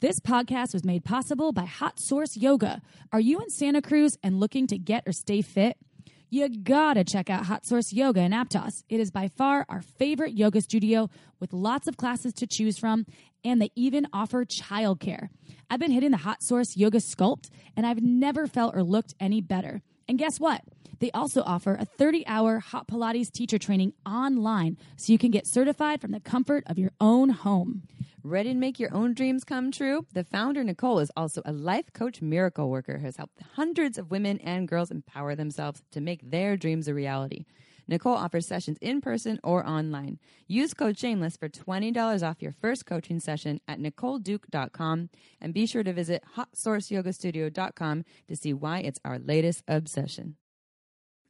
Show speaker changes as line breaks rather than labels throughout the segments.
This podcast was made possible by Hot Source Yoga. Are you in Santa Cruz and looking to get or stay fit? You gotta check out Hot Source Yoga in Aptos. It is by far our favorite yoga studio with lots of classes to choose from, and they even offer childcare. I've been hitting the Hot Source Yoga Sculpt, and I've never felt or looked any better. And guess what? They also offer a 30 hour Hot Pilates teacher training online so you can get certified from the comfort of your own home.
Ready to make your own dreams come true? The founder, Nicole, is also a life coach miracle worker who has helped hundreds of women and girls empower themselves to make their dreams a reality. Nicole offers sessions in person or online. Use code Shameless for $20 off your first coaching session at NicoleDuke.com and be sure to visit HotSourceYogaStudio.com to see why it's our latest obsession.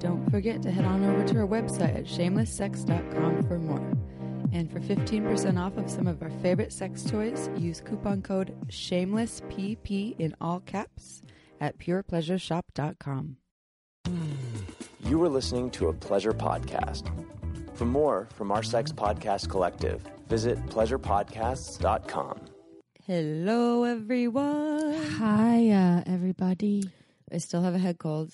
Don't forget to head on over to our website at shamelesssex.com for more. And for 15% off of some of our favorite sex toys, use coupon code SHAMELESSPP in all caps at purepleasureshop.com.
You are listening to a pleasure podcast. For more from our sex podcast collective, visit pleasurepodcasts.com.
Hello, everyone.
Hi, uh, everybody.
I still have a head cold.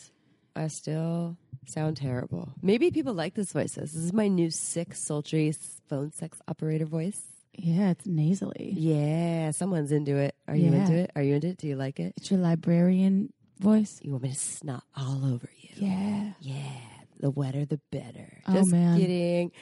I still sound terrible. Maybe people like this voice. This is my new sick, sultry s- phone sex operator voice.
Yeah, it's nasally.
Yeah, someone's into it. Are you
Yeah.
into it? Are you into it? Do you like it?
It's your librarian voice.
You want me to snot all over you?
Yeah.
Yeah, the wetter the better.
Oh,
Just
man.
kidding.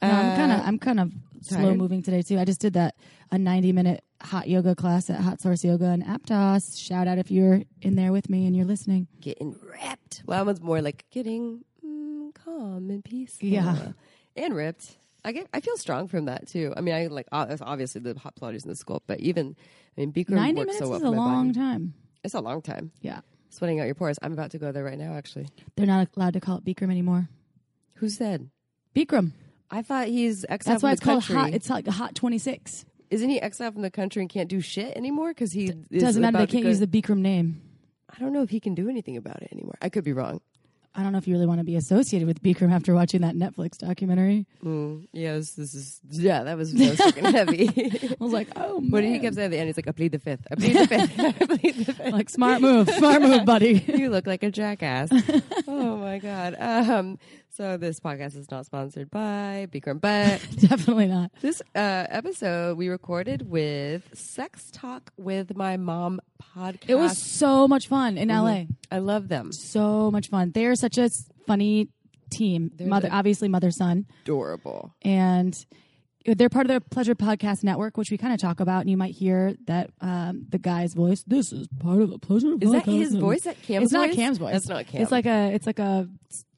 No, I'm kind of
Uh,
I'm kind of slow moving today too. I just did that a 90 minute hot yoga class at Hot Source Yoga in Aptos. Shout out if you're in there with me and you're listening.
getting ripped. Well, that one's more like getting mm, calm and peaceful.
Yeah.
and ripped. I get. I feel strong from that too. I mean, I like ob- it's obviously the hot Pilates in the school, but even I mean, Beaker
90
works
minutes
so well
is
for
a
my
long
body.
time.
It's a long time.
Yeah,
Sweating out your pores. I'm about to go there right now. Actually,
they're not allowed to call it Bikram anymore.
who said?
Bikram.
I thought he's exiled.
That's why
from
it's
the
called
country.
hot. It's like hot 26.
Isn't he exiled from the country and can't do shit anymore? Because he is
Doesn't matter. They
about to
can't
go-
use the Bikram name.
I don't know if he can do anything about it anymore. I could be wrong.
I don't know if you really want to be associated with Bikram after watching that Netflix documentary.
Mm, Yeah, this, this is. Yeah, that was, that was fucking heavy.
I was like, oh, man.
What did he kept saying at the end? He's like, I plead the fifth. I plead the fifth. I plead the fifth.
Like smart move, smart move, buddy.
You look like a jackass. oh my god. Um, so this podcast is not sponsored by Bikram, but
Definitely not.
this uh, episode we recorded with Sex Talk with My Mom podcast.
It was so much fun
Mm-hmm.
in LA.
I love them.
So much fun. They are such a s- funny team. mother, obviously mother son,
Adorable.
and they're part of the Pleasure Podcast Network, which we kind of talk about. And you might hear that um, the guy's voice. This is part of the Pleasure.
Is that
Podcast
his
Network."
voice? That Cam's
it's not
voice?
Cam's voice.
That's not Cam.
It's like a. It's like a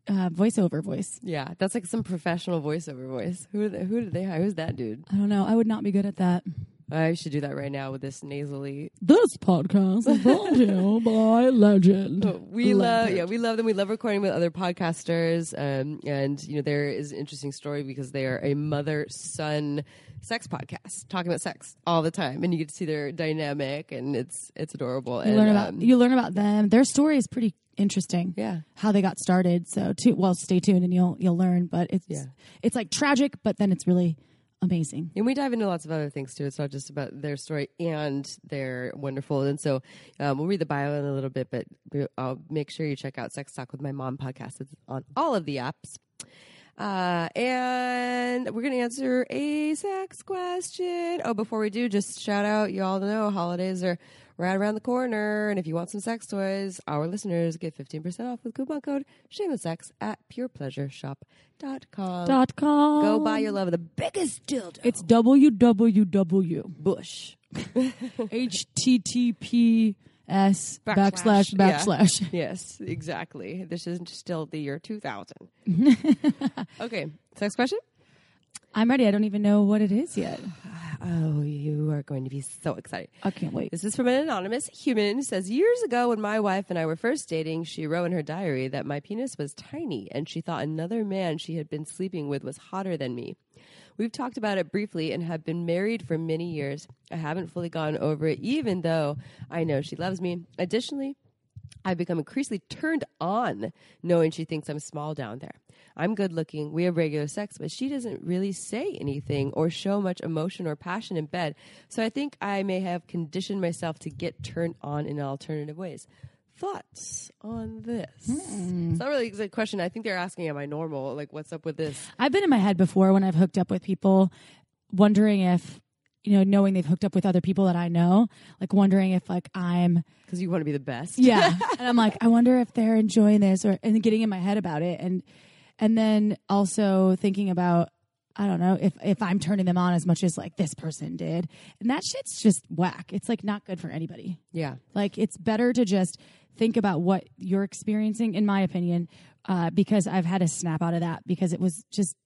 uh, voiceover voice.
yeah, that's like some professional voiceover voice. Who did they, who did they hire? Who's that dude?
I don't know. I would not be good at that.
I should do that right now with this nasally
This podcast is brought to you by Legend.
But we love, yeah, we love them. We love recording with other podcasters, um, and you know there is an interesting story because they are a mother son sex podcast talking about sex all the time, and you get to see their dynamic, and it's it's adorable.
You
and,
learn about
um,
you learn about them. Their story is pretty interesting.
Yeah.
how they got started. So, too, well, stay tuned and you'll you'll learn. But it's
Yeah.
it's like tragic, but then it's really amazing.
And we dive into lots of other things too. It's not just about their story and they're wonderful. And so um, we'll read the bio in a little bit, but we- I'll make sure you check out Sex Talk with My Mom podcast. It's on all of the apps. Uh, and we're going to answer a sex question. Oh, before we do, just shout out, you all know holidays are right around the corner. And if you want some sex toys, our listeners get 15% off with coupon code shamelesssex at purepleasureshop.com.
Dot com.
Go buy your love of the biggest dildo.
It's www.
Bush.
https backslash
Backslash. Yeah.
backslash.
Yes, exactly. This is still the year 2000. okay, next question.
I'm ready. I don't even know what it is yet.
Oh, you are going to be so excited.
I can't wait.
This is from an anonymous human who says Years ago, when my wife and I were first dating, she wrote in her diary that my penis was tiny and she thought another man she had been sleeping with was hotter than me. We've talked about it briefly and have been married for many years. I haven't fully gone over it, even though I know she loves me. Additionally, I've become increasingly turned on knowing she thinks I'm small down there. I'm good looking, we have regular sex, but she doesn't really say anything or show much emotion or passion in bed. So I think I may have conditioned myself to get turned on in alternative ways. Thoughts on this? It's not really a question. I think they're asking, Am I normal? Like, what's up with this?
I've been in my head before when I've hooked up with people, wondering if, you know, knowing they've hooked up with other people that I know, like wondering if like I'm,
Because you want to be the best.
yeah, and I'm like, I wonder if they're enjoying this or and getting in my head about it, and and then also thinking about. I don't know if, if I'm turning them on as much as like this person did. And that shit's just whack. It's like not good for anybody.
Yeah.
Like it's better to just think about what you're experiencing, in my opinion, uh, because I've had to snap out of that because it was just.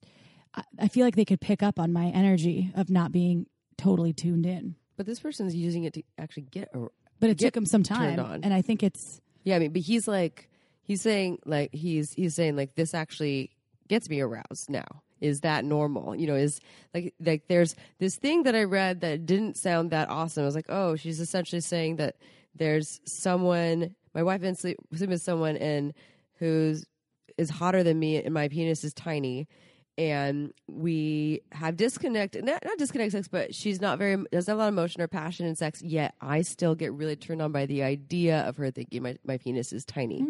I, I feel like they could pick up on my energy of not being totally tuned in,
But this person's using it to actually get a
but it
Get
took them some
turned
time,
on.
and I think it's
Yeah, I mean, but he's like, he's saying like he's he's saying like this actually gets me aroused now. Is that normal? You know, is like like there's this thing that I read that didn't sound that awesome. I was like, oh, she's essentially saying that there's someone. My wife been sleep sleeping with someone and who's is hotter than me, and my penis is tiny. And we have disconnect, not, not disconnect sex, but she's not very, doesn't have a lot of emotion or passion in sex, yet I still get really turned on by the idea of her thinking my, my penis is tiny.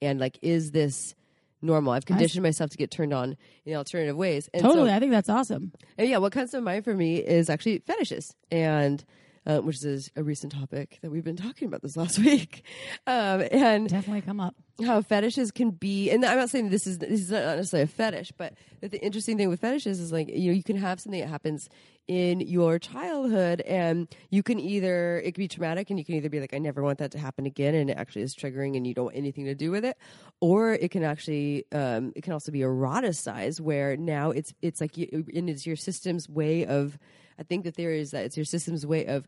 And like, is this normal? I've conditioned myself to get turned on in alternative ways. And so-
totally. I think that's awesome.
and yeah, what comes to mind for me is actually fetishes, and uh, which is a recent topic that we've been talking about this last week, um, and
Definitely come up.
how fetishes can be. And I'm not saying this is this is not necessarily a fetish, but that the interesting thing with fetishes is like you know you can have something that happens in your childhood, and you can either it can be traumatic, and you can either be like I never want that to happen again, and it actually is triggering, and you don't want anything to do with it, or it can actually um, it can also be eroticized, where now it's it's like you, and it's your system's way of. I think the theory is that it's your system's way of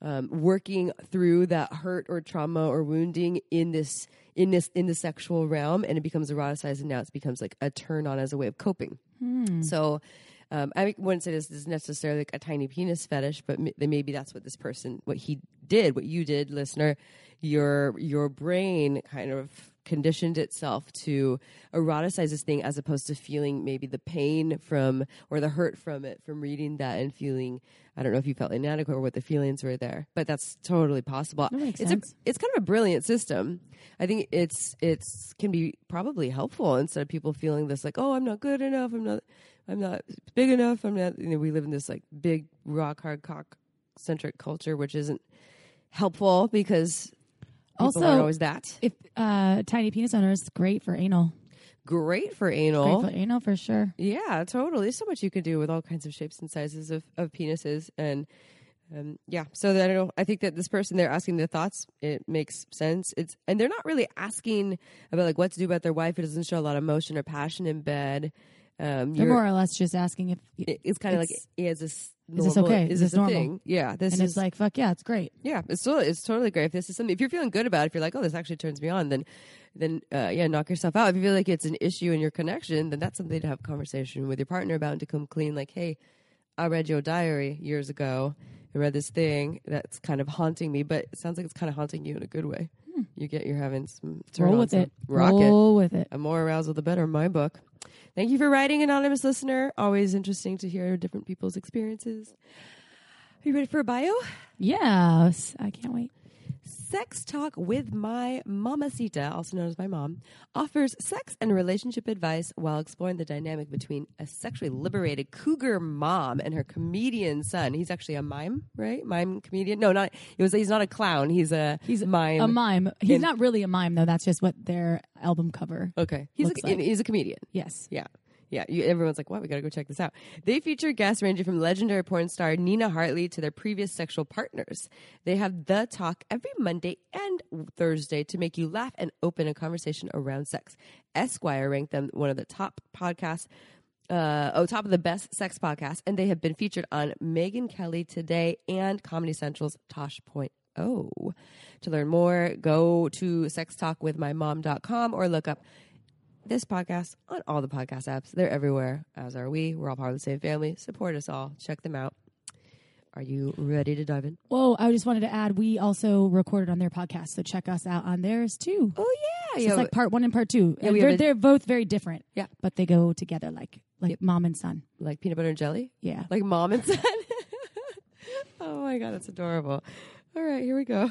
um, working through that hurt or trauma or wounding in this in this in the sexual realm and it becomes eroticized and now it becomes like a turn on as a way of coping so um, i wouldn't say this is necessarily like a tiny penis fetish but m- maybe that's what this person what he did what you did listener your your brain kind of conditioned itself to eroticize this thing as opposed to feeling maybe the pain from or the hurt from it from reading that and feeling I don't know if you felt inadequate or what the feelings were there, but that's totally possible.
makes
it's
sense.
a it's kind of a brilliant system. I think it's it's can be probably helpful instead of people feeling this like, oh, I'm not good enough, I'm not I'm not big enough, I'm not. You know, we live in this like big rock hard cock centric culture, which isn't helpful because people
Also-
aren't always that
If uh, tiny penis owners, great for anal,
great for
great
anal.
for anal for sure.
Yeah, totally. There's so much you can do with all kinds of shapes and sizes of, of penises, and um, yeah. So that I don't. I think that this person they're asking their thoughts. It makes sense. It's and they're not really asking about like what to do about their wife who doesn't show a lot of emotion or passion in bed. Um,
They're
you're-
more or less just asking if,
it- it's kind of like
it's-
is this
is this
normal?
okay?
Is,
Is
this,
this
a
normal?
thing? Yeah, this
and
is
it's like fuck yeah, it's great.
yeah, it's totally, it's totally great. If this is something, if you're feeling good about it, if you're like, oh, this actually turns me on, then, then, uh, yeah, knock yourself out. If you feel like it's an issue in your connection, then that's something to have a conversation with your partner about and to come clean. Like, hey, I read your diary years ago. I read this thing that's kind of haunting me, but it sounds like it's kind of haunting you in a good way. You get, you're having some
Hmm.
turn
Roll
on
with
some-
it.
rock it.
Roll with it.
A more arousal, the better. My book. Thank you for writing, anonymous listener. Always interesting to hear different people's experiences. Are you ready for a bio?
Yes, I can't wait.
Sex Talk with My Mamacita, also known as my mom, offers sex and relationship advice while exploring the dynamic between a sexually liberated cougar mom and her comedian son. He's actually a mime, right? Mime comedian? No, not it was. He's not a clown. He's a he's mime.
A mime. He's
In-
not really a mime though. That's just what their album cover.
Okay, he's
Looks
a,
like.
he's a comedian.
Yes.
Yeah. Yeah, you, everyone's like, "Wow, we gotta go check this out." They feature guests ranging from legendary porn star Nina Hartley to their previous sexual partners. They have the talk every Monday and Thursday to make you laugh and open a conversation around sex. Esquire ranked them one of the top podcasts uh, oh, top of the best sex podcast, and they have been featured on Megan Kelly Today and Comedy Central's Tosh Point. Oh, to learn more, go to sextalkwithmymom.com or look up this podcast on all the podcast apps. They're everywhere, as are we. We're all part of the same family. Support us all. Check them out. Are you ready to dive in?
Whoa, Oh, I just wanted to add we also recorded on their podcast, so check us out on theirs too.
Oh yeah,
So it's like part one and part two. And
we have
they're,
a-
they're both very different.
Yeah.
But they go together like like mom and son.
like peanut butter and jelly.
Yeah.
like mom and son. oh my god, that's adorable. All right, here we go.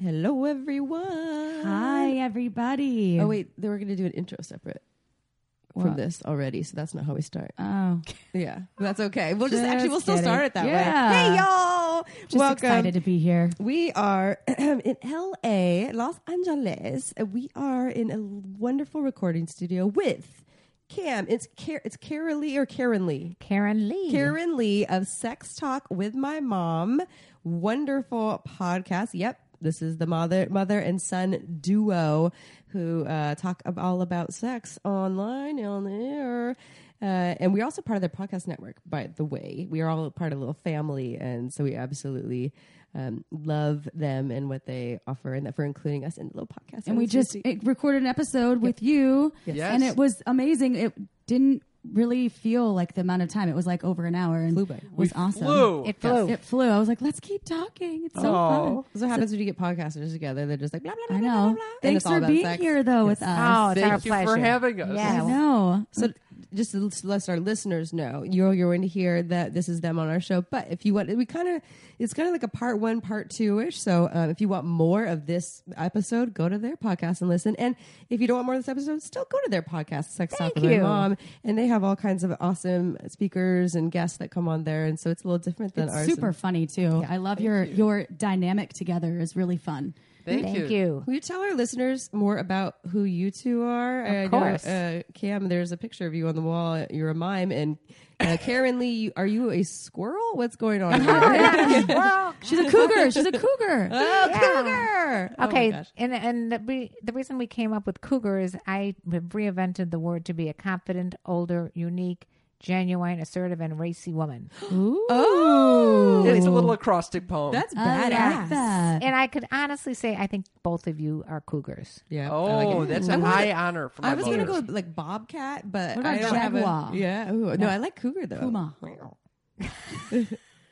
Hello, everyone.
Hi everybody.
Oh wait, they were going to do an intro separate from
What?
this already, so that's not how we start.
Oh.
Yeah, that's okay. We'll just,
Just
actually we'll still
kidding.
start it that
Yeah.
way. Hey y'all,
Just
welcome.
excited to be here.
We are in LA, Los Angeles. We are in a wonderful recording studio with Cam. It's Car- it's Karen Lee or Karen Lee.
Karen Lee.
Karen Lee of Sex Talk with My Mom. Wonderful podcast. Yep. This is the mother mother and son duo who uh, talk ab- all about sex online on the air. Uh, and we're also part of their podcast network, by the way. We are all part of a little family. And so we absolutely um, love them and what they offer and that for including us in the little podcast.
and we just it recorded an episode with you
Yes.
and it was amazing it didn't really feel like the amount of time it was like over an hour and
Flew by.
was awesome
flew.
it flew it flew i was like let's keep talking it's so fun
That's what happens when you get podcasters together. They're just like, blah, blah, blah,
i
blah, blah,
know
blah. And
thanks
it's all
for
about
being
sex. Oh,
here though with us
Oh,
Thank you for having us.
i know
So just to let our listeners know, you're you're going to hear that this is them on our show. But if you want, we kind of it's kind of like a part one, part two ish. So um, if you want more of this episode, go to their podcast and listen. And if you don't want more of this episode, still go to their podcast, Sex Talk with My Mom, and they have all kinds of awesome speakers and guests that come on there. And so it's a little different than ours.
super funny too i love your your dynamic together is really fun
Thank, you.
Will you tell our listeners more about who you two are? Of
course.
uh, Cam, there's a picture of you on the wall. You're a mime. And uh, Karen Lee, you- are you a squirrel? What's going on?
Oh,
here?
Well,
she's a cougar she's a cougar
oh,
Yeah.
cougar!
okay,
Oh, my gosh.
and and the, we, the reason we came up with cougar is I have reinvented the word to be a confident, older, unique, genuine, assertive, and racy woman.
Oh,
It's a little acrostic poem.
that's
I
badass.
like that.
And I could honestly say I think both of you are cougars.
Yeah. I
oh,
like it.
that's
I
a
was-
high honor for my
I was going to
mother.
go with, like bobcat, but
What about
I don't have
jaguar?
a. Yeah. Ooh, No, I like cougar though.
Puma.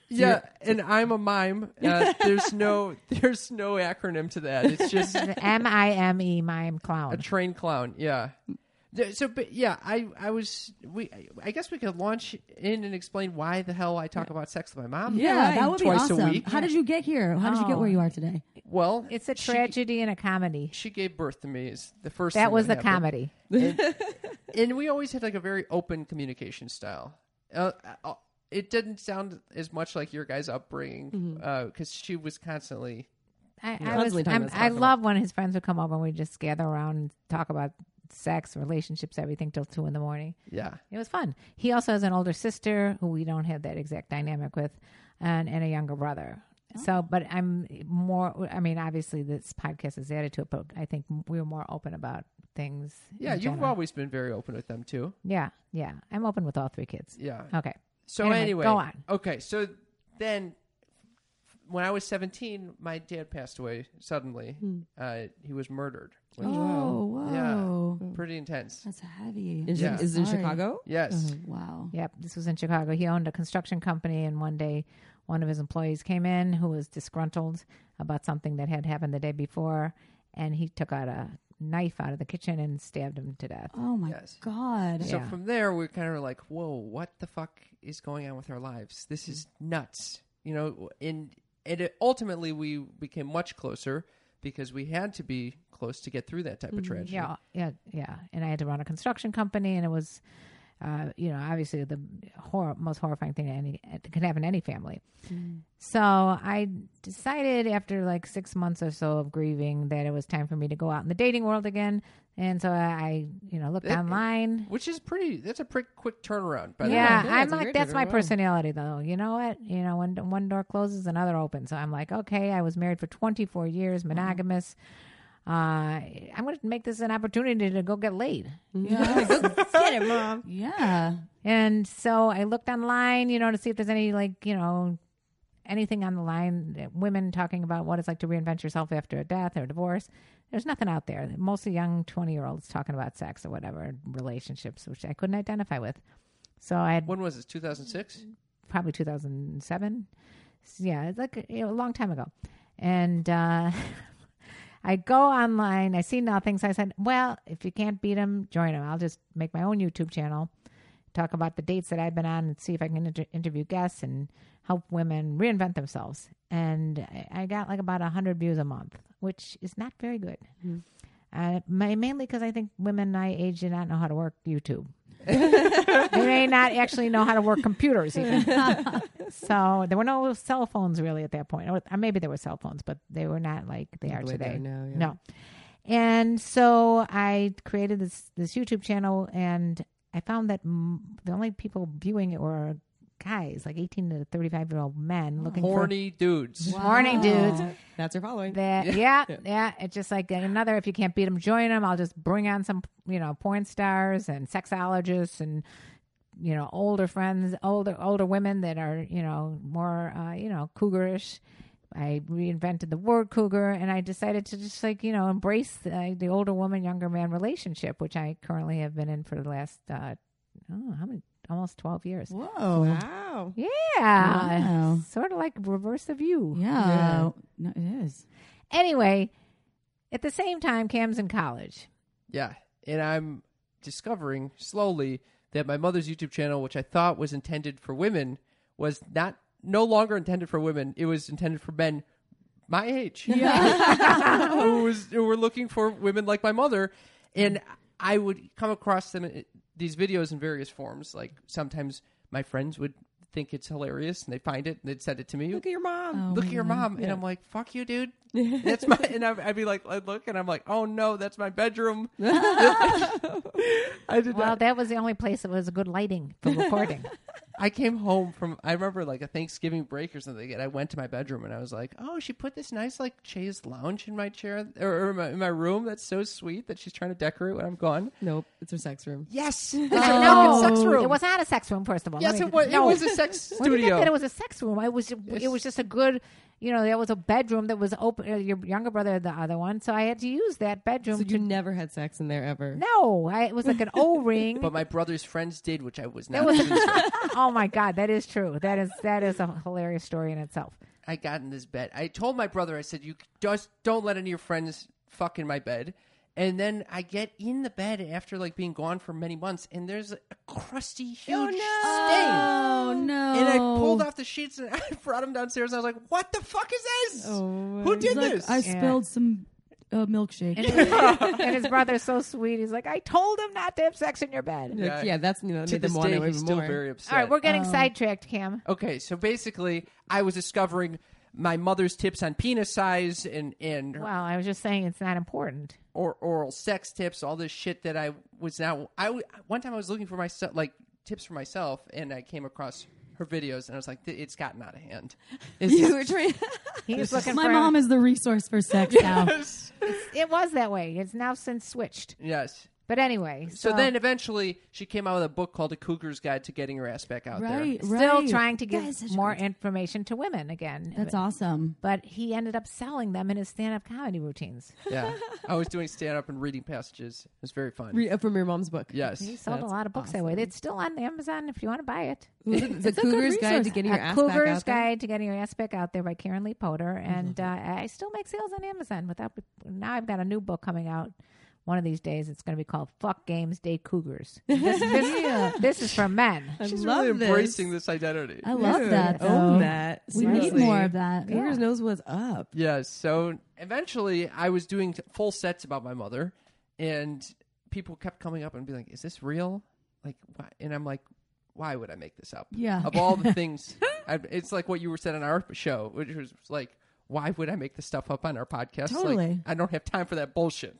yeah, and I'm a mime. Uh, there's no there's no acronym to that. It's just
The M I M E, mime
a
clown.
train clown. Yeah. Th- So, but yeah, I I was we I guess we could launch in and explain why the hell I talk about sex with my mom.
yeah, that would be
twice
awesome.
a week.
How did you get here? How did you get
Oh.
where you are today?
Well,
It's a
she-
tragedy and a comedy.
She, gave birth to me. Is the first
That
thing
was the
happened.
comedy.
and we always had like a very open communication style. Uh, uh, it didn't sound as much like your guys' upbringing
Mm-hmm.
because she was constantly.
I, I, was,
Constantly talking
I'm,
about
I
stuff.
love when his friends would come over and we just gather around and talk about sex, relationships, everything till two in the morning.
Yeah,
It was fun. He also has an older sister who we don't have that exact dynamic with, and, and a younger brother.
Oh.
So, but I'm more, I mean, obviously this podcast is added to it, but I think we're more open about things.
yeah.
in
You've
general.
always been very open with them too.
Yeah, yeah. I'm open with all three kids.
Yeah.
Okay.
So
Uh, Anyway,
anyway,
go on.
Okay, so then when I was 17, my dad passed away suddenly.
Hmm.
Uh, he was murdered. which-
Oh, whoa.
Yeah, pretty intense.
That's heavy.
Is,
Yeah.
it, is it in
Sorry.
Chicago?
Mm-hmm.
Yes.
Wow.
Yep. This was in Chicago. He owned a construction company, and one day one of his employees came in who was disgruntled about something that had happened the day before, and he took out a knife out of the kitchen and stabbed him to death.
Oh my
Yes.
god.
So
Yeah.
from there, we are kind of like, whoa, what the fuck is going on with our lives? This is nuts. You know, and, and it, ultimately we became much closer because we had to be
Mm,
close to get through that type of tragedy.
Yeah, yeah, yeah. And I had to run a construction company, and it was uh, you know, obviously the hor- most horrifying thing that any that can happen to any family. So I decided after like six months or so of grieving that it was time for me to go out in the dating world again. And so I, you know, looked online.
Which is pretty. That's a pretty quick turnaround. By
Yeah,
yeah,
I'm
it's
like
weird,
that's
I
my
don't know.
personality though. You know what? You know when one door closes, another opens. So I'm like, okay, I was married for 24 years, monogamous. Uh, I'm going to make this an opportunity to go get laid.
Get it, mom.
Yeah.
And so I looked online, you know, to see if there's any like, you know, anything on the line, that women talking about what it's like to reinvent yourself after a death or a divorce. There's nothing out there. Mostly young 20 year olds talking about sex or whatever, relationships, which I couldn't identify with. So I had
Then. When was this? 2006.
probably 2007. So, yeah, it's like you know, a long time ago. And uh, I go online, I see nothing. So I said, well, if you can't beat them, join them. I'll just make my own YouTube channel, talk about the dates that I've been on, and see if I can inter- interview guests and help women reinvent themselves. And I, I got like about 100 views a month, which is not very good. Uh, my, mainly because I think women my age do not know how to work YouTube. they may not actually know how to work computers even. so there were no cell phones really at that point. Or, or maybe there were cell phones, but they were not like they are
way they
today.
are now, yeah.
No. And so I created this this YouTube channel, and I found that mm, the only people viewing it were guys, like eighteen to thirty five year old men looking
Horny dudes.
for horny dudes.
That's her following.
That yeah, yeah, It's just like another. If you can't beat them, join them. I'll just bring on some you know porn stars and sexologists and you know older friends, older older women that are you know more uh, you know cougarish. I reinvented the word cougar, and I decided to just like you know embrace the, the older woman younger man relationship, which I currently have been in for the last uh, oh, how many almost twelve years.
Whoa. Oh.
Wow.
Yeah,
Wow.
sort of like reverse of you.
Yeah. No, it is.
Anyway, at the same time, Cam's in college.
Yeah. And I'm discovering slowly that my mother's YouTube channel, which I thought was intended for women, was not no longer intended for women. It was intended for men my age. who was who were looking for women like my mother and I would come across them uh, these videos in various forms. Like sometimes my friends would think it's hilarious and they find it and they'd send it to me
Look at your mom.
look at your mom and i'm like fuck you dude that's my and I'd, I'd be like i'd look and i'm like oh no that's my bedroom i did
Well,
not
that was the only place that was good lighting for recording.
i came home from i remember like a thanksgiving break or something and i went to my bedroom and i was like oh she put this nice like chaise lounge in my chair or, or my, in my room that's so sweet that she's trying to decorate when i'm gone
Nope. It's her sex room.
yes it's a fucking sex room
It was not a sex room, first of all.
yes
Let me-
it was
No.
it was a sex
When you
studio
think that it was a sex room, it was it was just a good, you know, that was a bedroom that was open. uh, Your younger brother had the other one, so I had to use that bedroom.
So
to,
you never had sex in there ever.
no, I, it was like an O ring.
but my brother's friends did which i was
That
not
was
pleased with.
oh my god, that is true. That is that is a hilarious story in itself.
I got in this bed. I told my brother, I said, you just don't let any of your friends fuck in my bed. And then I get in the bed after like being gone for many months, and there's a crusty, huge stain.
Oh no.
And I pulled off the sheets and I brought them downstairs. And I was like, "What the fuck is this? Who did this?"
I
I,
spilled some uh, milkshake.
and his brother's so sweet. He's like, I told him not to have sex in your bed.
Like,
Yeah.
yeah, that's you know, that
to
made
this
them want
day,
it even
he's still
more.
very upset.
All right, we're
um,
getting sidetracked, Cam.
Okay, so basically, I was discovering my mother's tips on penis size and and her
Well, I was just saying it's not important.
or oral sex tips, all this shit that I was now. I w- one time I was looking for myself, like tips for myself, and I came across her videos, and I was like, "Th- it's gotten out of hand. It's,
You were trying.
He's looking
My
for
mom is the resource for sex now.
It was that way. It's now since switched.
yes.
But anyway, so,
Oh.
So, then eventually she came out with a book called A Cougar's Guide to Getting Your Ass Back Out
right.
There.
still
right.
trying to
That
give
is such a
more
good-
information to women again.
That's awesome.
But he ended up selling them in his stand-up comedy routines.
Yeah. I was doing stand up and reading passages. It was very fun.
Re- uh, from your mom's book.
yes.
He sold
That's
a lot of books that way. It's still on Amazon if you want to buy it.
Ooh, the Cougar's Guide to Getting Your
A
Ass
Cougar's
Back Out There. Mm-hmm.
Guide to Getting Your Ass Back Out There by Karen Lee Potter, and uh, I still make sales on Amazon. Without now, I've got a new book coming out one of these days. It's going to be called "Fuck Games Day Cougars." This, this, this is for men.
I
She's
love
really
this.
embracing this identity.
I love
Dude,
that. Though.
Own that.
We need
Seriously.
more of that.
Cougar's knows what's up.
Yeah, so eventually I was doing t- full sets about my mother, and people kept coming up and being like, "Is this real? like, why? and I'm like, why would I make this up?
Yeah.
Of all the things, I, it's like what you were said on our show, which was like, why would I make this stuff up on our podcast? Like,
Totally.
I don't have time for that bullshit.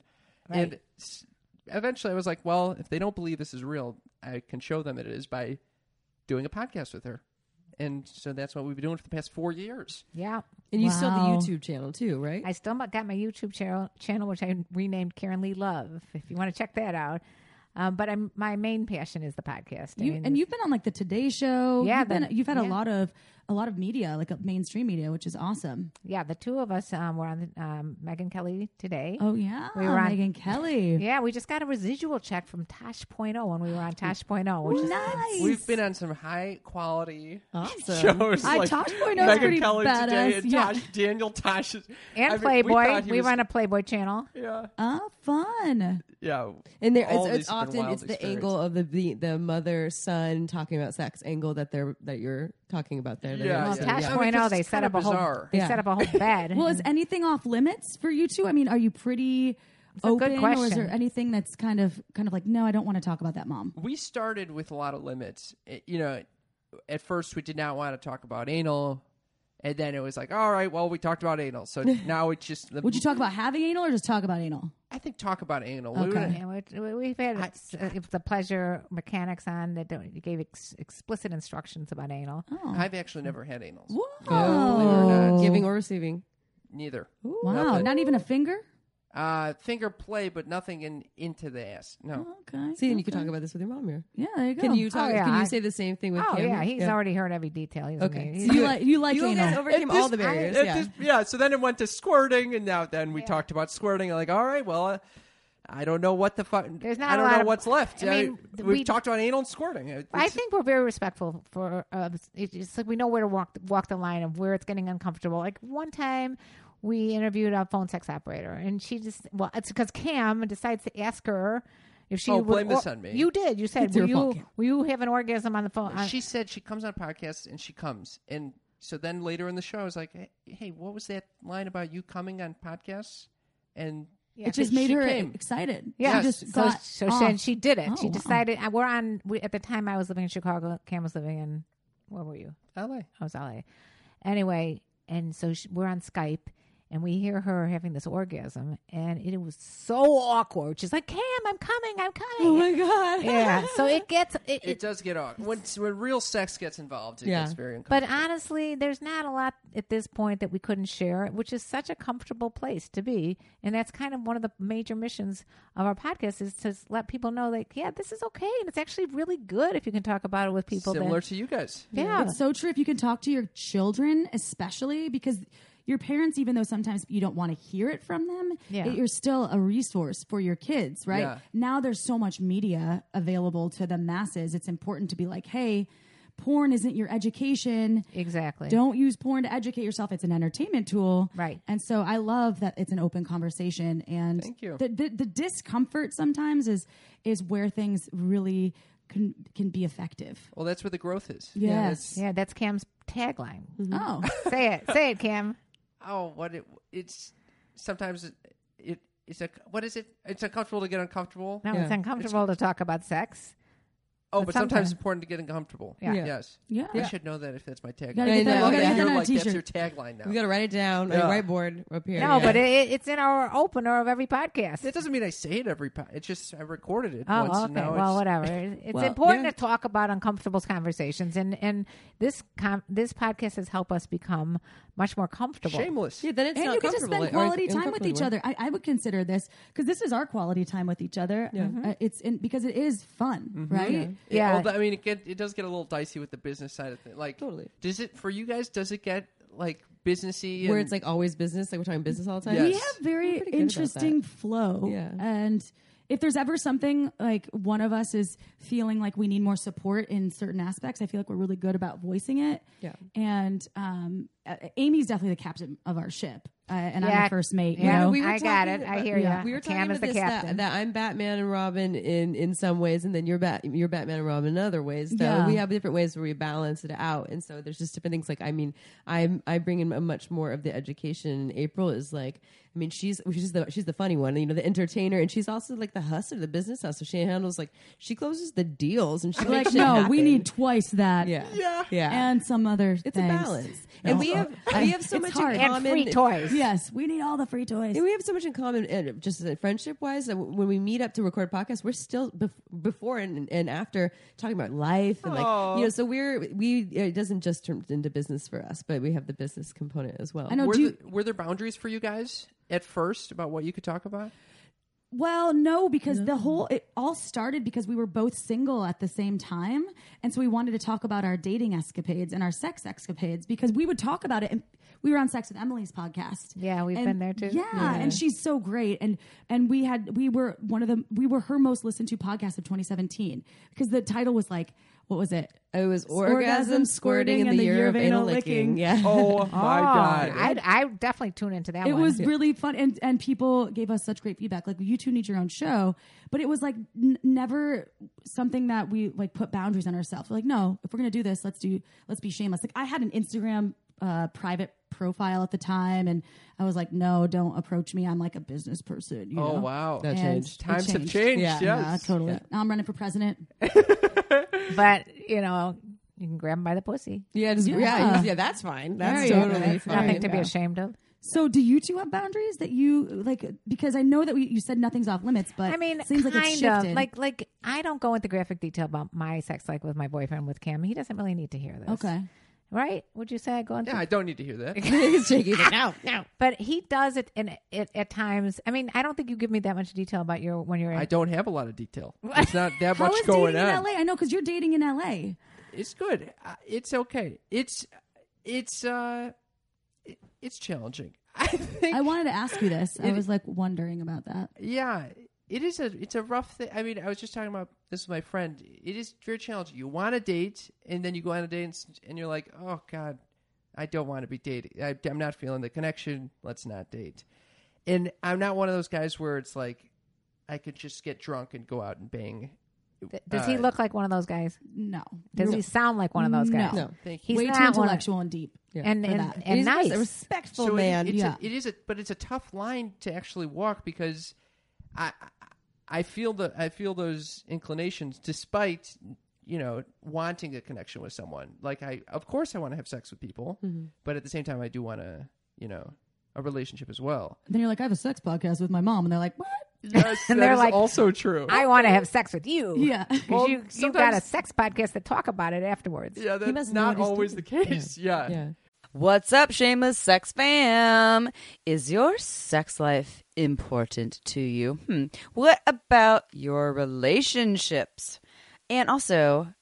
And s- eventually I was like, well, if they don't believe this is real, I can show them that it is by doing a podcast with her. And so that's what we've been doing for the past four years.
Yeah.
And you still
Wow.
have the YouTube channel too, right?
I still got my YouTube channel, channel which I renamed Karen Lee Love. If you want to check that out, um, but I'm my main passion is the podcast. I
You,
mean,
and you've been on like the Today Show.
Yeah,
you've, been,
the-
you've had
yeah.
a lot of a lot of media, like uh, mainstream media, which is awesome.
yeah, the two of us um, were on the, um, Megan Kelly today.
Oh yeah,
We were on-
Megan Kelly.
Yeah, we just got a residual check from Tosh.0 when we were on Tosh.0, which is
Nice.
We've been on some high quality
Awesome.
shows.
I
like
Tosh Point is
Megan
pretty
Kelly
badass.
today and
yeah.
Tosh, Daniel Tosh. is- I
and
mean,
Playboy.
We,
We,
thought he was-
run a Playboy channel.
Yeah.
Oh, fun.
Yeah.
And there,
All
it's,
these
it's
have
often
been wild
it's the
experience.
angle of the the, the mother son talking about sex angle that they're that you're talking about there. that
Yeah,
I'm
Well,
yeah,
listening to.
Tosh.0,
I mean, 'cause
they
it's
set
kind
up
of
a whole
bizarre.
they
Yeah.
set up a whole bed.
Well, is anything off limits for you two? I mean, are you pretty
a
open,
good
or is there
question.
anything that's kind of kind of like, no, I don't want to talk about that, mom?
We started with a lot of limits. It- you know, at first we did not want to talk about anal. And then it was like, all right, well, we talked about anal. So now it's just. The,
Would you talk about having anal or just talk about anal?
I think talk about anal. We
Okay.
wouldn't-
Yeah, we- we- we've had ex- uh, if the pleasure mechanics on that don't- gave ex- explicit instructions about anal.
I've actually never had anal.
Whoa!
Oh. giving or receiving.
Neither.
wow,
Nothing.
not even a finger.
Uh, finger play, but nothing in into the ass. No.
Okay.
See, and you can talk about this with your mom here.
yeah, there you go.
Can you talk?
Oh, yeah,
Can you
I-
say the same thing with?
Oh
Cam?
yeah, he's already heard every detail. He's
Okay.
amazing.
So
He's-
You like you like
You guys
anal?
overcame
At
all
this-
the barriers.
at
yeah.
this- yeah. So then it went to squirting, and now then we talked about squirting. Like, all right, well, uh, I don't know what the fuck.
There's not
I
a
don't
lot
know
of-
what's left.
I mean,
we've
th- we-
talked about anal and squirting. It's-
I think we're very respectful for. Uh, it's just like we know where to walk walk the line of where it's getting uncomfortable. Like one time, we interviewed a phone sex operator, and she just well, it's because Cam decides to ask her if she
Oh,
would,
blame this on me.
You did. You said
your
will
fault,
you
Cam."
will you have an orgasm on the phone? on-
she said she comes on podcasts and she comes, and so then later in the show, I was like, hey, hey, what was that line about you coming on podcasts? And
It just
she
made her
came.
excited.
Yeah,
She just
so,
got
so
off.
she, and she did it.
Oh,
she
wow.
decided. uh, We're on. We, at the time, I was living in Chicago. Cam was living in. Where were you?
LA.
I was LA. Anyway, and so she, we're on Skype, and we hear her having this orgasm, and it was so awkward. She's like, "Cam, I'm coming. I'm coming." Oh my god! yeah. So it gets it.
It
it
does get awkward when when real sex gets involved. It
Yeah.
gets very uncomfortable.
but honestly, there's not a lot at this point that we couldn't share, which is such a comfortable place to be, and that's kind of one of the major missions of our podcast is to let people know, like, yeah, this is okay, and it's actually really good if you can talk about it with people. that-
similar to you guys.
yeah,
It's so true if you can talk to your children, especially because your parents, even though sometimes you don't want to hear it from them,
Yeah.
it- you're still a resource for your kids, right?
Yeah.
Now there's so much media available to the masses. It's important to be like, hey, porn isn't your education.
exactly.
Don't use porn to educate yourself. It's an entertainment tool.
Right.
And so I love that it's an open conversation. And
Thank you.
The, the, the discomfort sometimes is is where things really can can be effective.
Well, that's where the growth is.
Yes.
Yeah, that's Cam's tagline.
Oh.
say it, say it, Cam.
oh what it it's sometimes it, it it's a what is it it's uncomfortable to get uncomfortable
No, it's
Yeah.
uncomfortable to talk about sex.
oh
but
but sometimes,
sometimes-
it's important to get uncomfortable
Yeah.
Yeah.
yes
Yeah.
i should know that if that's my tagline
gotta
get that- we gotta
I
get
feel
that on a
like that's
t-shirt.
your tagline now
We got to write it down on
Yeah.
a whiteboard up here.
No,
Yeah.
but it, it, it's in our opener of every podcast.
that doesn't mean i say it every po- it's just i recorded it
Oh,
once and
okay.
now it's,
Well, whatever. It- It's
Well,
important
yeah.
to talk about uncomfortable conversations, and and this com- this podcast has helped us become much more comfortable.
shameless
yeah, then it's
and
not
you get to
comfortable,
spend
or
quality time with
uncomfortable.
each other. I, I would consider this because this is our quality time with each other.
Mm-hmm.
Uh, it's in, because it is fun, right?
Yeah.
although, i mean it get, it does get a little dicey with the business side of things like
Totally.
does it for you guys does it get like businessy
Where
and-
it's like always business, like we're talking business all the time.
Yes.
We have very
pretty good about
interesting flow,
Yeah.
and if there's ever something like one of us is feeling like we need more support in certain aspects, I feel like we're really good about voicing it.
Yeah.
and um, uh, Amy's definitely the captain of our ship, uh, and I'm
Yeah.
the first mate.
Yeah.
You know?
We I got
talking
it. I hear ya.
We were
Cam
talking
is
about
the
this, that-
captain.
That, I'm Batman and Robin in in some ways, and then you're Bat you're Batman and Robin in other ways. So
Yeah.
we have different ways where we balance it out, and so there's just different things. Like I mean, I I bring in a much more of the education. April is like, I I mean, she's she's the she's the funny one, you know, the entertainer, and she's also like the hustler, the business hustler. She handles like she closes the deals, and she's
Like, no, we need twice that.
yeah, yeah, yeah.
And some other
it's
things.
a balance, and we have we have so much
hard.
in
And
and
common.
free toys.
Yes, we need all the free toys.
And we have so much in common, and just friendship wise, that w- when we meet up to record podcasts, we're still bef- before and, and after talking about life and like you know. So we're we it doesn't just turn into business for us, but we have the business component as well.
I know.
were,
Do you,
the- were there boundaries for you guys at first about what you could talk about?
well, no, because the whole it all started because we were both single at the same time, and so we wanted to talk about our dating escapades and our sex escapades because we would talk about it. And we were on Sex with Emily's podcast.
Yeah, we've
And-
been there too.
Yeah, and she's so great. And and we had we were one of the we were her most listened to podcast of 2017 because the title was like what was it?
It was orgasm, squirting, in the, year, of anal licking. Yeah.
Oh my god!
I I definitely tune into that
it
one.
was really fun and and people gave us such great feedback like you two need your own show but it was like n- never something that we like put boundaries on ourselves We're like no if we're gonna do this let's do let's be shameless like i had an instagram uh, private profile at the time and i was like no don't approach me i'm like a business person you
oh
know?
wow!
That
And
changed.
it
Times have changed.
Yeah.
yeah,
Yes.
totally. Now I'm running for president.
but you know, you can grab them by the pussy.
Yeah, just, yeah, yeah,
Yeah.
that's fine. That's
There you go.
totally
That's
fine.
Nothing to be
Yeah.
ashamed of.
So, do you two have boundaries that you like? Because I know that we, you said nothing's off limits, but
I mean,
it seems like
kind
it's shifted.
of like like I don't go into graphic detail about my sex life with my boyfriend with Cam. He doesn't really need to hear this.
okay,
right? Would you say I go into?
Yeah, I don't need to hear that.
He's shaking. He's like, no, no.
But he does it, and it at times. I mean, I don't think you give me that much detail about your when you're in.
I don't have a lot of detail. It's not that
how
much
is
going
dating in
on.
LA? I know because you're dating in LA.
It's good. Uh, It's okay. It's it's uh it- it's challenging. I think.
I wanted to ask you this. I
It-
was like wondering about that.
yeah, it is a it's a rough thing. I mean, I was just talking about this with my friend. It is very challenging. You want to date, and then you go on a date, and, s- and you're like, oh god, I don't want to be dating. I, I'm not feeling the connection. Let's not date. And I'm not one of those guys where it's like I could just get drunk and go out and bang.
Th- Does he
uh,
look like one of those guys?
No.
Does he sound like one of those guys?
No.
Thank you.
Way
He's not
too
one of-
intellectual and deep.
And
For
and,
that.
and,
He's a
nice.
respectful
it-
Oh, man.
it's
yeah.
a, it is a but it's a tough line to actually walk because I I- I feel the I feel those inclinations despite you know wanting a connection with someone. Like I of course I want to have sex with people, but at the same time I do want to you know a relationship as well.
Then you're like, I have a sex podcast with my mom, and they're like, what?
Yes,
And they're
that is
like,
also true.
I want to have sex with you.
Yeah.
'Cause
Well,
you you got
sometimes-
a sex podcast to talk about it afterwards.
yeah, that's
must know
not
what he's
always the
doing.
case. Yeah.
Yeah.
What's up, shameless sex fam? Is your sex life important to you? Hmm. What about your relationships? And also,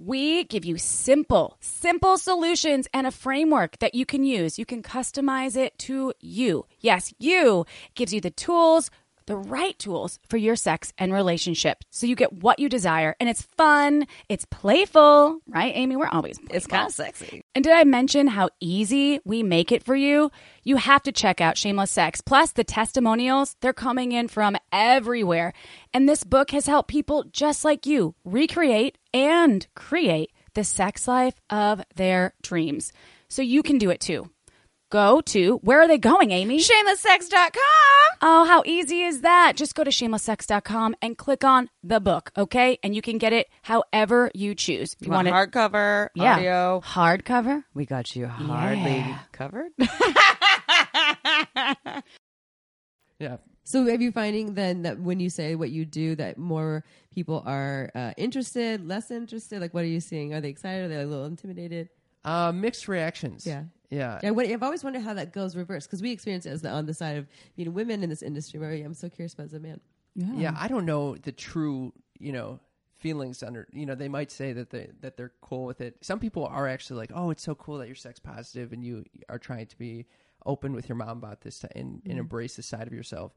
We give you simple, simple solutions and a framework that you can use. You can customize it to you. Yes, you It gives you the tools, the right tools for your sex and relationship. So you get what you desire and it's fun, it's playful, right, Amy? We're always playful.
it's kind of sexy.
And did I mention how easy we make it for you? You have to check out Shameless Sex. Plus, the testimonials, they're coming in from everywhere. And this book has helped people just like you recreate and create the sex life of their dreams. So you can do it too. Go to, where are they going, Amy?
ShamelessSex.com.
Oh, how easy is that? Just go to shamelesssex.com and click on the book, okay? And you can get it however you choose. If you want it
hardcover
yeah.
audio?
hardcover?
We got you hardly covered.
Yeah.
So are you finding then that when you say what you do, that more people are uh, interested, less interested? Like, what are you seeing? Are they excited? Are they a little intimidated?
Uh, mixed reactions.
Yeah.
Yeah.
I wonder- I've always wondered how that goes reverse because we experience it as the, on the side of you know women in this industry. Where I'm so curious about as a man.
yeah i don't know the true you know feelings under you know they might say that they that they're cool with it some people are actually like oh it's so cool that you're sex positive and you are trying to be open with your mom about this and, and embrace this side of yourself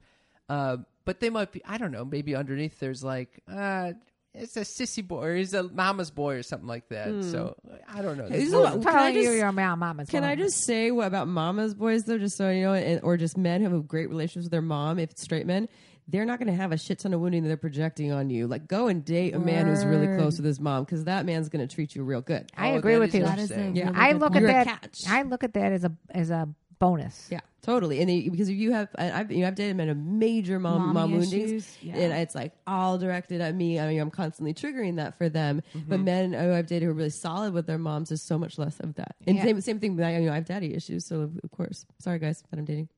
Uh, but they might be, I don't know, maybe underneath there's like, uh, it's a sissy boy or he's a mama's boy or something like that. So I don't know.
These
That's-
are what- can I
Probably you,
just-
your mom, mom is
Can
one
I
of them.
just say what about mama's boys though? Just so you know, and, or just men who have great relationships with their mom, if it's straight men, they're not going to have a shit ton of wounding that they're projecting on you. Like, go and date a man who's really close with his mom because that man's going to treat you real good.
I
Oh,
agree
that
with
is
you.
That is a
yeah.
interesting.
really
I
good
look
point. You're
at
a
that.
catch.
I look at that as a as a bonus.
Yeah, totally. And they, because if you have, I- I've, you know, I've dated men of major mom,
Mommy
mom woundings,
issues, yeah.
and it's like all directed at me. I mean, I'm constantly triggering that for them. But
Mm-hmm.
men who I've dated who are really solid with their moms, there's so much less of that. And
Yeah.
same, same thing. with I- You know, I have daddy issues, so of course. Sorry, guys, that I'm dating.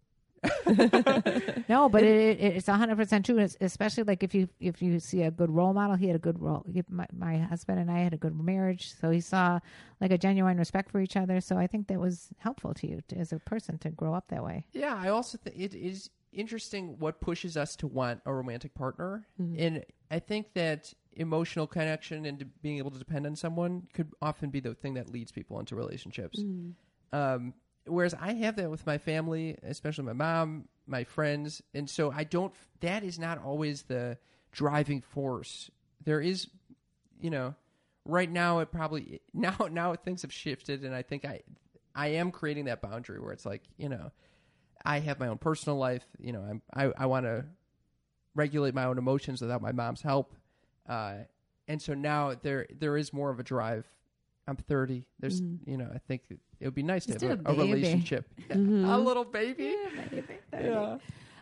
No, but it, it, it's hundred percent true. It's especially like if you if you see a good role model, he had a good role. he- My, my husband and I had a good marriage, so he saw like a genuine respect for each other. So I think that was helpful to you to, as a person to grow up that way.
Yeah, I also think it is interesting what pushes us to want a romantic partner. And I think that emotional connection and being able to depend on someone could often be the thing that leads people into relationships.
Mm.
Um, whereas I have that with my family, especially my mom, my friends. And so I don't, that is not always the driving force. There is, you know, right now it probably, now, now things have shifted. And I think I, I am creating that boundary where it's like, you know, I have my own personal life. You know, I'm, I I want to regulate my own emotions without my mom's help, uh, and so now there there is more of a drive. I'm 30. There's,
Mm.
you know, I think it would be nice to
Still
have
a
a, a
baby.
relationship. Yeah.
Hmm.
Mm-hmm.
A little baby. Yeah.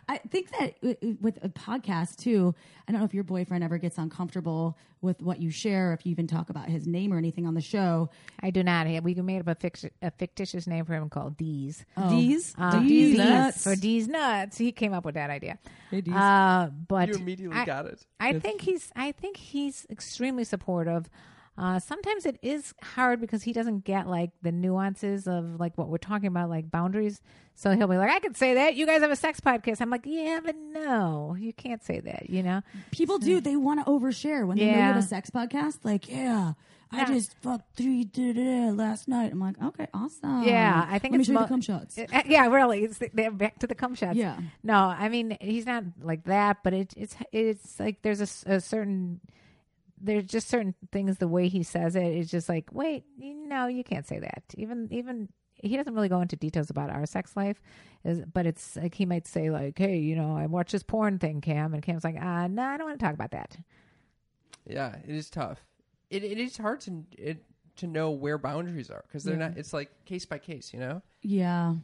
I think that w- w- with a podcast too, I don't know if your boyfriend ever gets uncomfortable with what you share, or if you even talk about his name or anything on the show.
I do not. have- We made up a, fix, a fictitious name for him called D's.
These,
Uh,
these
D's
nuts.
for D's nuts. He came up with that idea.
D's.
Uh, but
You immediately
I-
got it.
I think he's. I think he's extremely supportive. Uh, sometimes it is hard because he doesn't get like the nuances of like what we're talking about, like boundaries. So he'll be like, "I could say that. You guys have a sex podcast." I'm like, "Yeah, but no, you can't say that." You know?
People do; they want to overshare when they know you
Yeah.
have a sex podcast. Like, yeah, I just fucked three da, da, da, last night. I'm like, okay, awesome.
Yeah, I think
Let me
it's
show you
mo-
the cum shots.
Uh, yeah, really. It's they're back to the cum shots.
Yeah.
No, I mean he's not like that, but it, it's it's like there's a, s- a certain there's just certain things the way he says it is just like wait you- no you can't say that even even he doesn't really go into details about our sex life is but it's like he might say like hey you know I watched this porn thing Cam and Cam's like uh no I don't want to talk about that
Yeah, it is tough. It it is hard to it, to know where boundaries are because they're not. It's like case by case, you know.
yeah,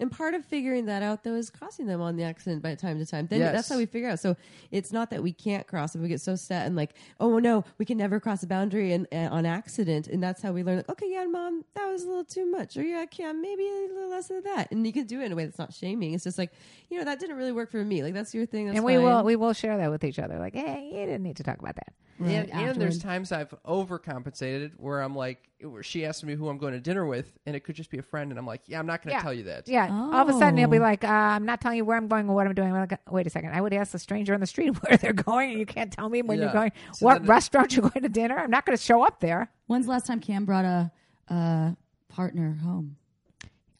And part of figuring that out though is crossing them on the accident by time to time. Then
Yes.
that's how we figure out. So it's not that we can't cross if we get so set and like, oh no, we can never cross a boundary and, and on accident. And that's how we learn. Like, okay, yeah, mom, that was a little too much, or yeah, Cam, maybe a little less of that. And you can do it in a way that's not shaming. It's just like, you know, that didn't really work for me. Like that's your thing. That's
and we
fine.
will we will share that with each other like hey you didn't need to talk about that
and, and there's times I've overcompensated where I'm like, where she asked me who I'm going to dinner with, and it could just be a friend, and I'm like, yeah, I'm not going to
Yeah.
tell you that.
Yeah. All of a sudden, he'll be
Oh.
like, uh, "I'm not telling you where I'm going or what I'm doing." We're like, Wait a second. I would ask the stranger on the street where they're going, and you can't tell me when
Yeah.
you're going.
So
what
then it-
restaurant you're going to dinner? I'm not going to show up there.
When's the last time Cam brought a, a partner home?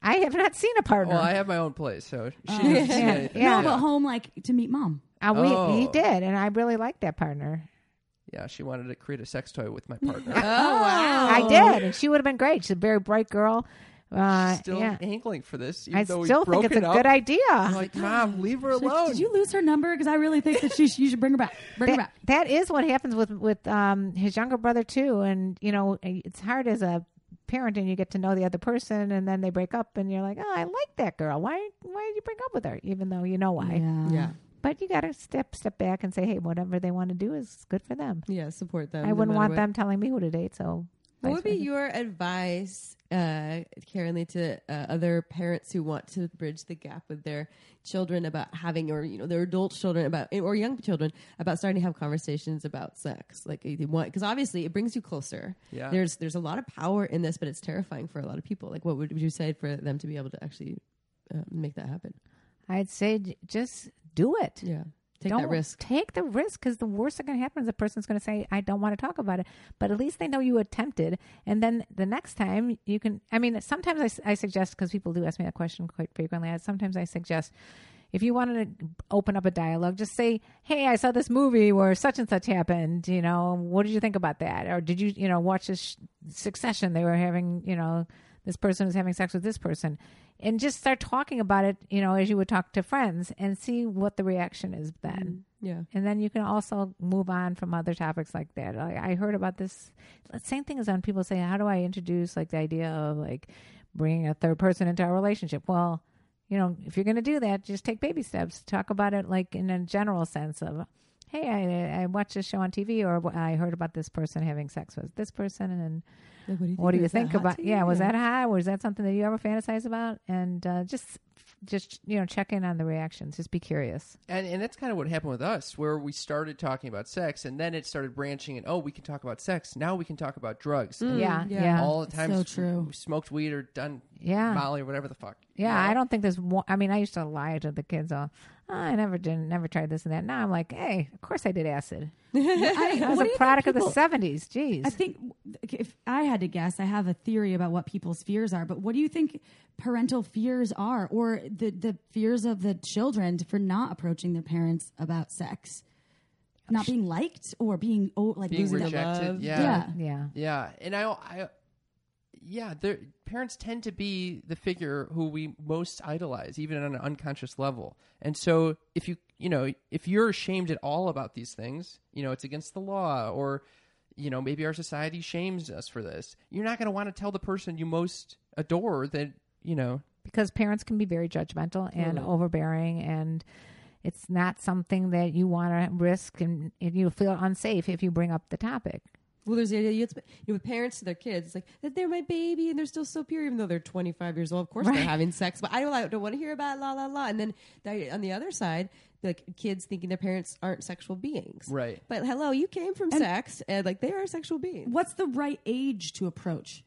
I have not seen a partner.
Well, I have my own place, so she doesn't see
yeah.
anything.
Yeah.
No, but home like to meet mom.
Uh, we, He
Oh.
did, and I really liked that partner.
Yeah, she wanted to create a sex toy with my partner.
Oh wow.
I did, and she would have been great. She's a very bright girl. Uh,
still
yeah.
angling for this, even
I
though
still
we've
think
broken
it's a
up. Oh,
good idea.
I'm like, Mom, leave her
Did-
alone.
Did you lose her number? Because I really think that she you should bring her back. Bring her
That-
back.
that is what happens with with um, his younger brother too, and you know it's hard as a parent, and you get to know the other person, and then they break up, and you're like, oh, I like that girl. Why why did you break up with her? Even though you know why,
Yeah.
Yeah.
but you got to step step back and say, hey, whatever they want to do is good for them.
Yeah, support them.
I
no
wouldn't
matter
want
what.
them telling me who to date. So
What
vice
would be
versa.
your advice, uh, Karen Lee, to uh, other parents who want to bridge the gap with their children about having, or you know, their adult children about, or young children about starting to have conversations about sex? Like you want, because obviously it brings you closer.
Yeah.
There's there's a lot of power in this, but it's terrifying for a lot of people. Like, what would you say for them to be able to actually uh, make that happen?
I'd say j- just do it.
Yeah. Take
don't
that risk.
Take the risk because the worst that can happen is the person's going to say, I don't want to talk about it. But at least they know you attempted. And then the next time you can, I mean, sometimes I, s- I suggest, because people do ask me that question quite frequently, I, sometimes I suggest if you wanted to open up a dialogue, just say, "Hey, I saw this movie where such and such happened. You know, what did you think about that? Or did you, you know, watch this sh- Succession? They were having, you know, this person was having sex with this person." And just start talking about it, you know, as you would talk to friends, and see what the reaction is then
Yeah.
and then you can also move on from other topics like that. Like I heard about this same thing as when people say, "How do I introduce like the idea of like bringing a third person into our relationship?" Well, you know, if you're going to do that, just take baby steps. Talk about it like in a general sense of, "Hey, I, I watched this show on TV, or I heard about this person having sex with this person, and
Like, what do you think, Was that
what do you think
hot
about?
to you?
Yeah, was that high? Was that something that you ever fantasize about?" And uh, just, just you know, check in on the reactions. Just be curious.
and and that's kind of what happened with us, where we started talking about sex, and then it started branching. And oh, we can talk about sex now. We can talk about drugs.
yeah,
yeah.
yeah.
Mm, all the time.
Mm. so
s-
true.
we smoked weed or done
Yeah.
Molly or whatever the fuck.
Yeah, I don't think there's one. I mean, I used to lie to the kids all. "Oh, I never did, never tried this and that. Now I'm like, hey, of course I did acid. I was
What do you
a
think
product of the
people-
'70s. Jeez,
I think if I had to guess, I have a theory about what people's fears are, but what do you think parental fears are or the, the fears of the children for not approaching their parents about sex? Not being liked or being oh, like
Being
losing their
rejected.
love.
Yeah.
Yeah.
yeah,
Yeah. And I, I yeah, there- parents tend to be the figure who we most idolize, even on an unconscious level. And so if you, you know, if you're ashamed at all about these things, you know, it's against the law or, you know, maybe our society shames us for this. You're not going to want to tell the person you most adore that, you know,
because parents can be very judgmental and overbearing, and it's not something that you want to risk, and, and you feel unsafe if you bring up the topic.
Well, there's the idea you, have to- you know, with parents to their kids, it's like that they're my baby and they're still so pure, even though they're 25 years old. Of course, they're having sex, but I don't, I don't want to hear about it, la la la. And then the, on the other side, like kids thinking their parents aren't sexual beings,
Right.
But hello, you came from sex, and like they are sexual beings.
What's the right age to approach?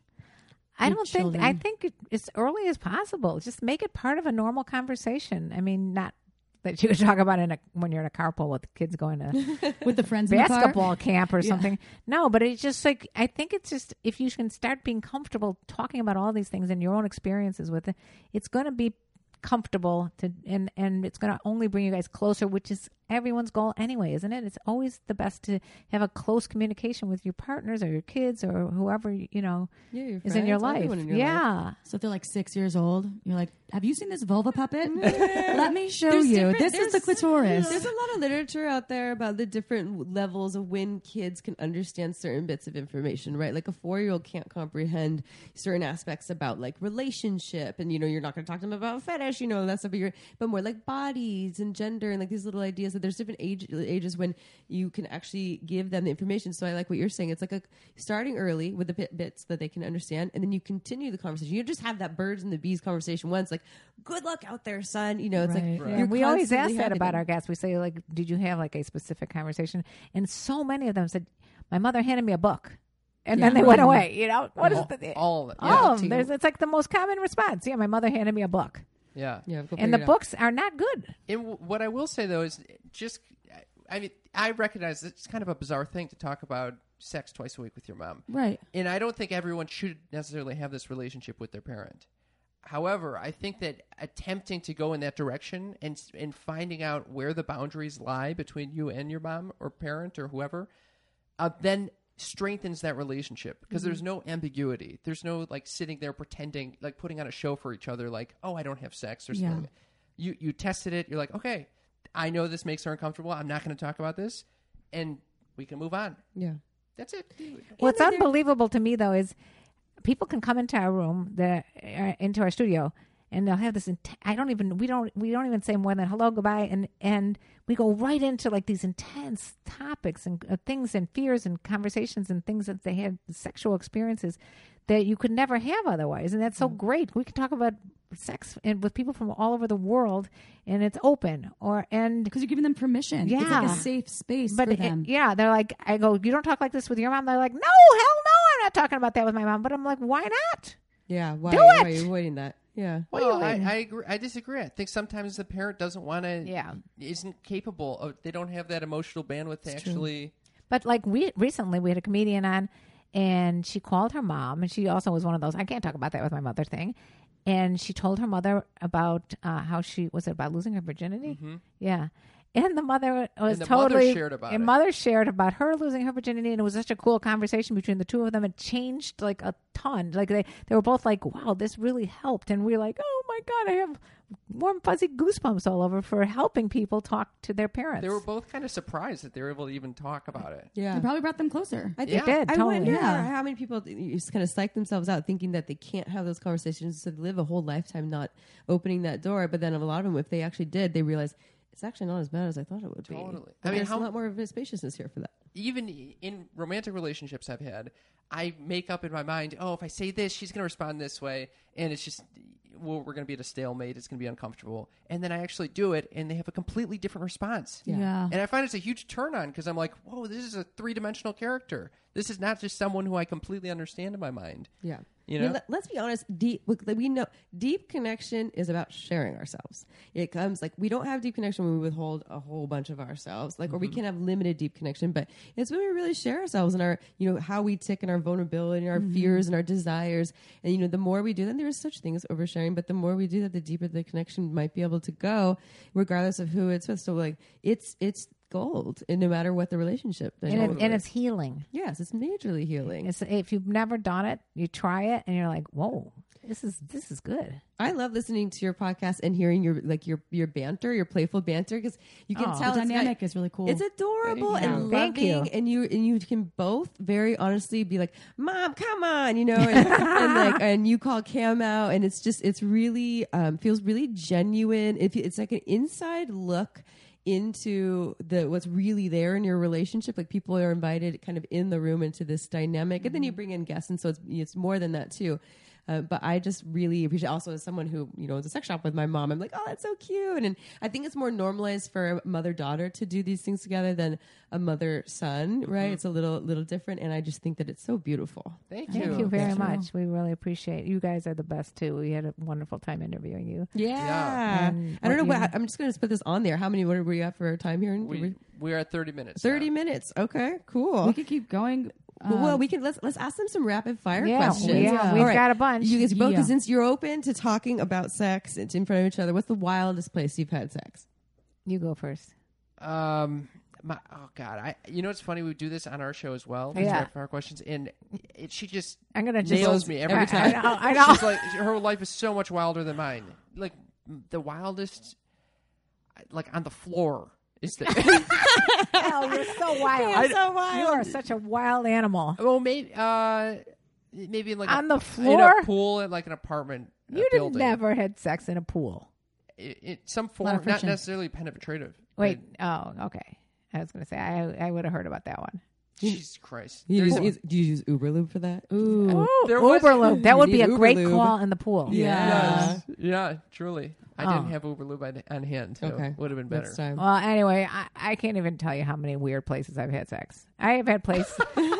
I
with
don't think. I
children.
think it- as early as possible. Just make it part of a normal conversation. I mean, not that you would talk about in a when you're in a carpool with kids going to
With the friends in the car?
basketball camp or something. No, but it's just like I think it's just if you can start being comfortable talking about all these things and your own experiences with it, it's going to be comfortable to and and it's going to only bring you guys closer, which is everyone's goal anyway, isn't it? It's always the best to have a close communication with your partners or your kids or whoever you know
Yeah, your
is in your
friends,
life.
everyone in your
yeah.
So if they're like six years old, you're like, have you seen this vulva puppet? Let me show you.
different-
This is the
there's- There's
clitoris.
a lot of literature out there about the different w- levels of when kids can understand certain bits of information, right? Like a four year old can't comprehend certain aspects about like relationship, and you know, you're not going to talk to them about fetish, you know, that's stuff, but, you're, but more like bodies and gender and like these little ideas that there's different age, ages when you can actually give them the information. So I like what you're saying. It's like a starting early with the bit, bits that they can understand, and then you continue the conversation. You just have that birds and the bees conversation once, like, good luck out there, son. You know, it's like,
Right.
you're
And we always ask
constantly
that about
having-
our guests. We say, like, did you have like a specific conversation? And so many of them said, my mother handed me a book. And then they went away. You know, what is
all,
the,
all of it.
all
Yeah.
of them. There's, it's like the most common response. Yeah, my mother handed me a book.
yeah.
Yeah, go
And
figure
the
it out.
books are not good.
And w- what I will say though is just, I mean, I recognize it's kind of a bizarre thing to talk about sex twice a week with your mom,
Right.
and I don't think everyone should necessarily have this relationship with their parent. However, I think that attempting to go in that direction and s- and finding out where the boundaries lie between you and your mom or parent or whoever, uh, then strengthens that relationship because there's no ambiguity. There's no like sitting there pretending, like putting on a show for each other, like oh I don't have sex or
Yeah.
something. You you tested it. You're like okay, I know this makes her uncomfortable. I'm not going to talk about this, and we can move on.
Yeah.
That's it.
What's unbelievable to me though is people can come into our room, the uh, into our studio, and they'll have this. Int- I don't even we don't we don't even say more than hello, goodbye, and and we go right into like these intense topics and uh, things and fears and conversations and things that they had sexual experiences that you could never have otherwise, and that's so great. We can talk about sex and with people from all over the world, and it's open or and
Because you're giving them permission. It's like
Yeah.
a safe space
but
for
it-
them.
yeah, they're like, I go, you don't talk like this with your mom. They're like, no, hell no, I'm not talking about that with my mom. But I'm like, why not?
Yeah. Why,
Do
why are
it!
you avoiding that? Yeah.
What are you
Well, I,
waiting?
I agree. I disagree. I think sometimes the parent doesn't want to.
Yeah.
Isn't capable of. They don't have that emotional bandwidth to actually.
But like we recently, we had a comedian on, and she called her mom, and she also was one of those I can't talk about that with my mother thing. and she told her mother about uh, how she was it about losing her virginity. Yeah. And the mother was
Mm-hmm. And the mother
totally
shared about
and
it.
mother shared about her losing her virginity, and it was such a cool conversation between the two of them. It changed like a ton. Like they they were both like, "Wow, this really helped," and we are like, "Oh my god, I have warm fuzzy goosebumps all over for helping people talk to their parents."
They were both kind of surprised that they were able to even talk about it.
Yeah.
It probably brought them closer.
I think
It did,
I
totally.
wonder
Yeah.
how many people just kind of psych themselves out thinking that they can't have those conversations, so they live a whole lifetime not opening that door. But then a lot of them, if they actually did, they realize it's actually not as bad as I thought it would be.
Totally.
But
I mean,
there's
how-
a lot more of a spaciousness here for that.
even in romantic relationships I've had, I make up in my mind, oh, if I say this, she's going to respond this way, and it's just, well, we're going to be at a stalemate. It's going to be uncomfortable, and then I actually do it, and they have a completely different response.
Yeah.
and I find it's a huge turn on because I'm like, whoa, this is a three dimensional character. This is not just someone who I completely understand in my mind.
Yeah.
You
I mean,
know?
let, us be honest. Deep, look, like, we know deep connection is about sharing ourselves. It comes like we don't have deep connection when we withhold a whole bunch of ourselves, like, or
Mm-hmm.
we can have limited deep connection. But it's when we really share ourselves and our, you know, how we tick and our vulnerability and our
Mm-hmm.
fears and our desires. And you know, the more we do that, there is such thing as oversharing. But the more we do that, the deeper the connection might be able to go, regardless of who it's with. So like, it's it's gold, and no matter what the relationship.
and, it,
dynamic
and
is.
it's healing.
yes, it's majorly healing.
It's, if you've never done it, you try it, and you're like, "Whoa, this is this is good."
I love listening to your podcast and hearing your like your your banter, your playful banter, because you can
Aw.
tell
The
it's got-
dynamic is really cool.
It's adorable and
Thank
loving,
you.
and you and you can both very honestly be like, "Mom, come on," you know, and, and like and you call Cam out, and it's just it's really um, feels really genuine. If you- it's like an inside look into the what's really there in your relationship like people are invited kind of in the room into this dynamic and then
Mm-hmm.
you bring in guests and so it's it's more than that too uh, but I just really appreciate also as someone who you know owns a sex shop with my mom. I'm like, oh, that's so cute, and I think it's more normalized for a mother daughter to do these things together than a mother son, right? It's a little little different, and I just think that it's so beautiful.
Thank you.
Thank you very much. We really appreciate you guys are the best too. We had a wonderful time interviewing you.
Yeah,
And
I don't know
what
what I'm just going to put this on there. How many? What are we at for time here?
We we are at thirty minutes. now.
Thirty minutes. Okay, cool.
we could keep going.
Well,
um,
well, we can let's let's ask them some rapid fire
Yeah,
questions.
we- yeah, we've
All right.
got a bunch.
You guys both,
Yeah.
since you're open to talking about sex, it's in front of each other. What's the wildest place you've had sex?
You go first.
Um, my, oh God, I you know it's funny we do this on our show as well. these
Yeah.
rapid fire questions, and it, she just
I'm gonna just
nails me every
I-
time.
I, know. I know.
She's like her life is so much wilder than mine. Like the wildest, like on the floor is the.
Oh, you're so wild.
so wild.
You are such a wild animal.
well, maybe uh, maybe in like
On the
in
floor?
a pool at like an apartment. uh,
You did
building.
never had sex in a pool.
It, it, some
lot
form,
of
not
friction.
necessarily penetrative.
Wait. Oh, okay. I was gonna say I I would have heard about that one.
but Jesus Christ!
You
There's-
use, use- do you use Uber Lube for that?
Oh,
There was-
Uberlube. That would
You
be a
need
great
Uberlube.
call in the pool.
Yes. yeah, truly. I didn't
uh, Oh.
have Uber Lube on, on hand. So
Okay.
would have been better.
Next time.
Well, anyway, I, I can't even tell you how many weird places I've had sex. I have had place,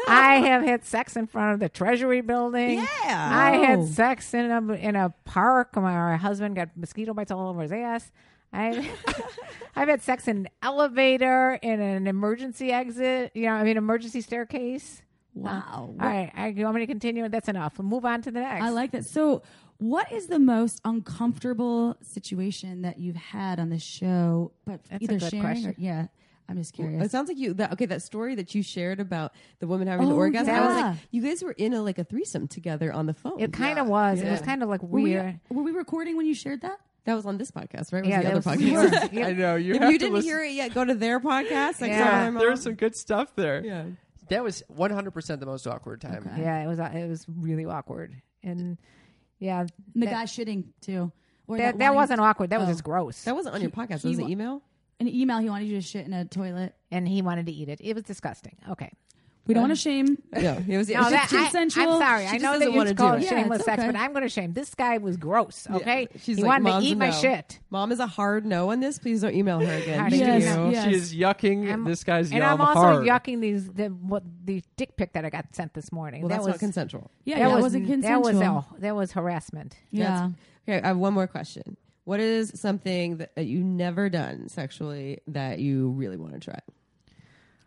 I have had sex in front of the Treasury Building. Yeah, I
Oh.
had sex in a in a park. My husband got mosquito bites all over his ass. I, I've had sex in an elevator, in an emergency exit. You know, I mean, emergency staircase.
wow.
All right, I, you want me to continue? That's enough. Move on to the next.
I like that. So, what is the most uncomfortable situation that you've had on the show? But
That's a
either
good
sharing
question. uh,
or yeah, I'm just curious.
Oh, It sounds like you. That, okay, that story that you shared about the woman having the
Oh,
orgasm. I was
yeah.
like, you guys were in a like a threesome together on the phone.
It kind of was. It was kind of like
were, we,
weird.
were we recording when you shared that?
that was on this podcast, right? It was
Yeah,
the other
that was
podcast.
weird.
I know you.
if
have
you
to
didn't
listen.
hear it yet, go to their podcast. Like,
Yeah.
yeah.
There's some good stuff there.
Yeah.
That was 100% the most awkward time.
Yeah, it was it was really awkward, and yeah,
And the
that,
guy shitting too. Or
that, that
wanting-
wasn't awkward. That was
Oh.
just gross.
That wasn't on your podcast. That
he
was an
wa-
email.
an email. He wanted you to shit in a toilet.
and he wanted to eat it. It was disgusting. Okay,
We don't want to shame.
Yeah, it was. it
No,
was
that-
just-
I,
consensual.
I'm sorry.
She
I
just
know
doesn't
that you
wanna
just call
do
it
it.
Yeah,
shameless
it's
sex,
okay.
but I'm going to shame this guy. Was gross. Okay,
She's
he
like,
wanted
Mom's
to
a
eat my
no.
shit.
Mom is a hard no on this. Please don't email her again.
Hard
Thank
yes.
you.
Yes.
She is yucking.
I'm-
this guy's
and
yum
I'm also
hard.
yucking these the what the dick pic that I got sent this morning.
Well,
that
that's
was
not consensual.
Yeah,
That,
that,
was,
was, not
that
consensual.
was oh, that was harassment.
yeah.
Okay, I have one more question. What is something that, that you never done sexually that you really want to try?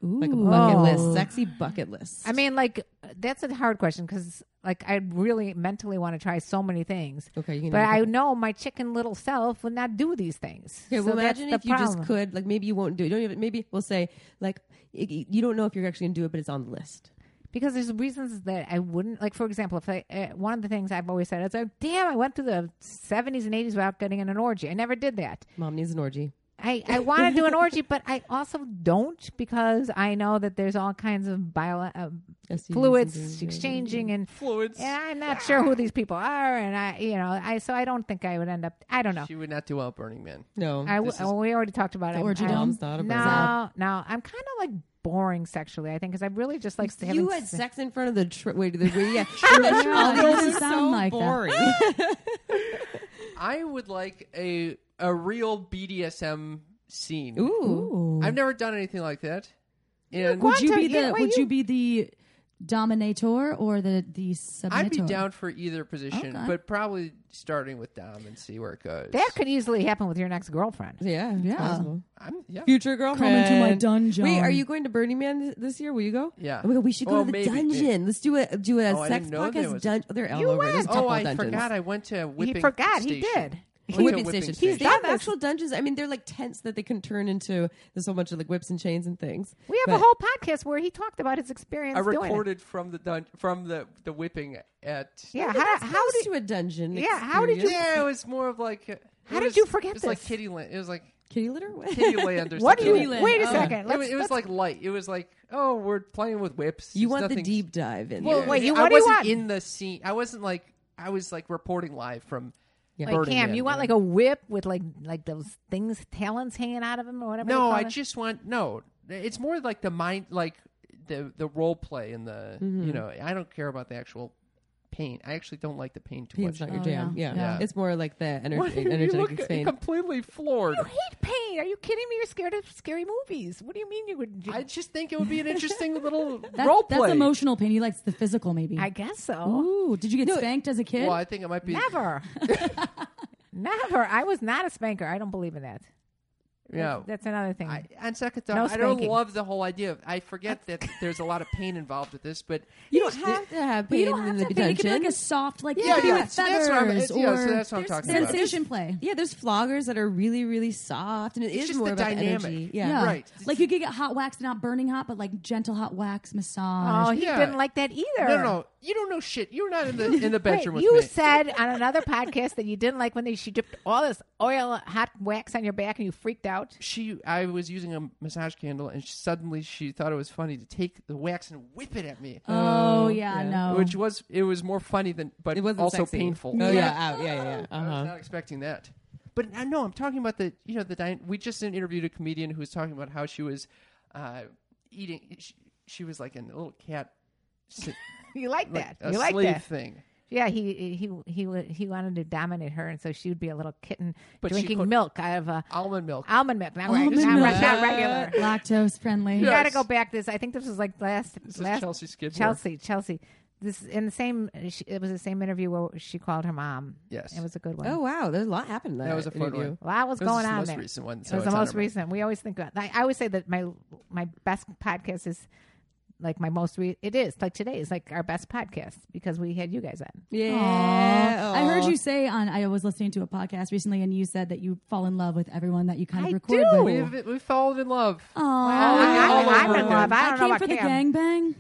Like a bucket list, sexy bucket list.
I mean, like that's a hard question because, like, I really mentally want to try so many things.
Okay, you can
but
never
I know my chicken little self would not do these things.
Okay,
so
well,
that's
imagine
the
if you just
problem.
could, like, maybe you won't do it. You Don't even, maybe we'll say, like, y- y- you don't know if you're actually going to do it, but it's on the list.
because there's reasons that I wouldn't like. For example, if I uh, one of the things I've always said is, like, "Damn, I went through the '70s and '80s without getting in an orgy. I never did that.
Mom needs an orgy.
I, I want to do an orgy, but I also don't because I know that there's all kinds of bio, uh,
STDs and things,
fluids
yeah.
exchanging and
Fluids.
And I'm not sure who these people are, and I, you know, I so I don't think I would end up. I don't know.
She would not do well at Burning Man.
No.
I w-
This is-
oh, we already talked about it.
orgy
I'm-
dome?
Thought
No,
about
no, I'm kind of like boring sexually. I think because I really just like having
You had
se-
sex in front of the tr- wait, the yeah. In the
Yeah,
trolley.
it
This
doesn't
is so
sound like that.
boring.
I would like a a real BDSM scene.
Ooh,
I've never done anything like that. And
quite-
Would you
Quantum-
be the
yeah, why
Would
you-
you be the dominator or the the submitter?
I'd be down for either position,
Okay.
but probably starting with Dom and see where it goes.
that could easily happen with your next girlfriend.
yeah, it's
Yeah.
possible.
I'm, yeah.
Future girlfriend,
into my dungeon.
Wait, are you going to Burning Man th- this year? Will you go?
Yeah.
Oh my God, we should go
Oh,
to the
maybe.
dungeon. Let's do a do a
Oh, I
sex
didn't know there
podcast
was-
dungeon. They're all
You
over.
went.
There's
Oh,
tons
I
of dungeons.
forgot. I went to whipping.
forgot. He
Station.
did.
Went to
Whipping, station.
Station.
They have actual dungeons. I mean, they're like tents that they can turn into. There's a whole bunch of like whips and chains and things.
We have a
But-
whole podcast where he talked about his experience.
I
doing it.
recorded from the dun- from the the whipping at.
Yeah,
But
how,
that's
how
close
did
to a dungeon?
Yeah, how did you-
experience.
Yeah, it was more of like. uh,
How
it
did
was-
you forget
It was like
this?
kitty land. It was like
kitty litter?
kitty land or
what do
something.
you? Wait a
Oh.
second.
Uh, It
Let's,
was, it was
let's-
like light. It was like, oh, we're playing with whips.
you
It's
want the
nothing-
deep dive in?
Well,
there.
wait, you-
I
what do you
wasn't
want?
in the scene. I wasn't like. I was like reporting live from.
Like,
Burning
Cam,
Man,
you want like a whip with like like those things, talons hanging out of him or whatever. they
No,
call
I
it?
just want no. It's more like the mind, like the the role play and the
Mm-hmm.
you know. I don't care about the actual pain. I actually don't like the pain too
Pain's
much.
not your
Oh,
jam.
yeah.
Yeah.
Oh, Yeah.
it's more like the
What?
energy,
You look
energetic pain.
completely floored.
You hate pain. Are you kidding me? You're scared of scary movies. What do you mean you would?
I just think it would be an interesting little
That's,
role play.
that's emotional pain. He likes the physical, maybe.
I guess so.
Ooh, did you get spanked as a kid?
Well, I think it might be
Never. Never. I was not a spanker. I don't believe in that.
Yeah.
That's another thing.
I, on second thought,
Mm. No
I don't
spanking.
love the whole idea. Of, I forget that there's a lot of pain involved with this, but
You don't have to have
But
pain
you don't have
in
to
the
think. It could be
dungeon.
like a soft, like it
Yeah,
could be
yeah,
with
so that's what I'm-
feathers
yeah, so
or
that's what I'm talking about.
sensation play.
yeah, there's floggers that are really, really soft, and it
It's
is
just
more
the
about
dynamic.
the energy.
Yeah. Right.
Like you could get hot wax, not burning hot, but like gentle hot wax massage.
oh, he
Yeah.
didn't like that either.
no, no, no, you don't know shit. You're not in the in the bedroom
Wait,
with
you
me.
said on another podcast that you didn't like when they, she dipped all this oil, hot wax on your back, and you freaked out.
she I was using a massage candle and she, suddenly she thought it was funny to take the wax and whip it at me.
Oh, yeah, no.
Which was it was more funny than but
It wasn't
also
sexy.
painful.
Oh yeah, out. yeah, yeah, yeah.
I was
Uh-huh.
not expecting that. But I know I'm talking about the you know the dy- we just interviewed a comedian who was talking about how she was uh, eating she, she was like a little cat si-
You like
like
that?
a
you like
slave
that?
thing.
Yeah, he he he wa- he wanted to dominate her, and so she would be a little kitten
But she
drinking
could-
milk out of a
Almond milk.
almond milk, not,
Almond
reg- not, re-
milk.
not regular.
Oh, lactose friendly.
You got to
Yes.
go back. This I think this was like last
is
last
Chelsea Skidmore.
Chelsea Chelsea. This in the same. She, it was the same interview where she called her mom.
Yes.
it was a good one.
Oh wow, there's a lot happened. in
That was a fun
interview.
one.
A lot was
This is
going
the
on
most
there.
recent one,
It
so
was the
it's on
most
our mind.
recent. We always think. about- I, I always say that my my best podcast is like my most. Re- it is like today is like our best podcast because we had you guys on.
Yeah,
I heard
aw.
you say on. I was listening to a podcast recently, and you said that you fall in love with everyone that you kind of
I
record
do.
with.
We've we fallen in love.
Oh.
Aww.
I, I, I'm in love. I
I
don't know
came
about
for the
Cam.
gangbang.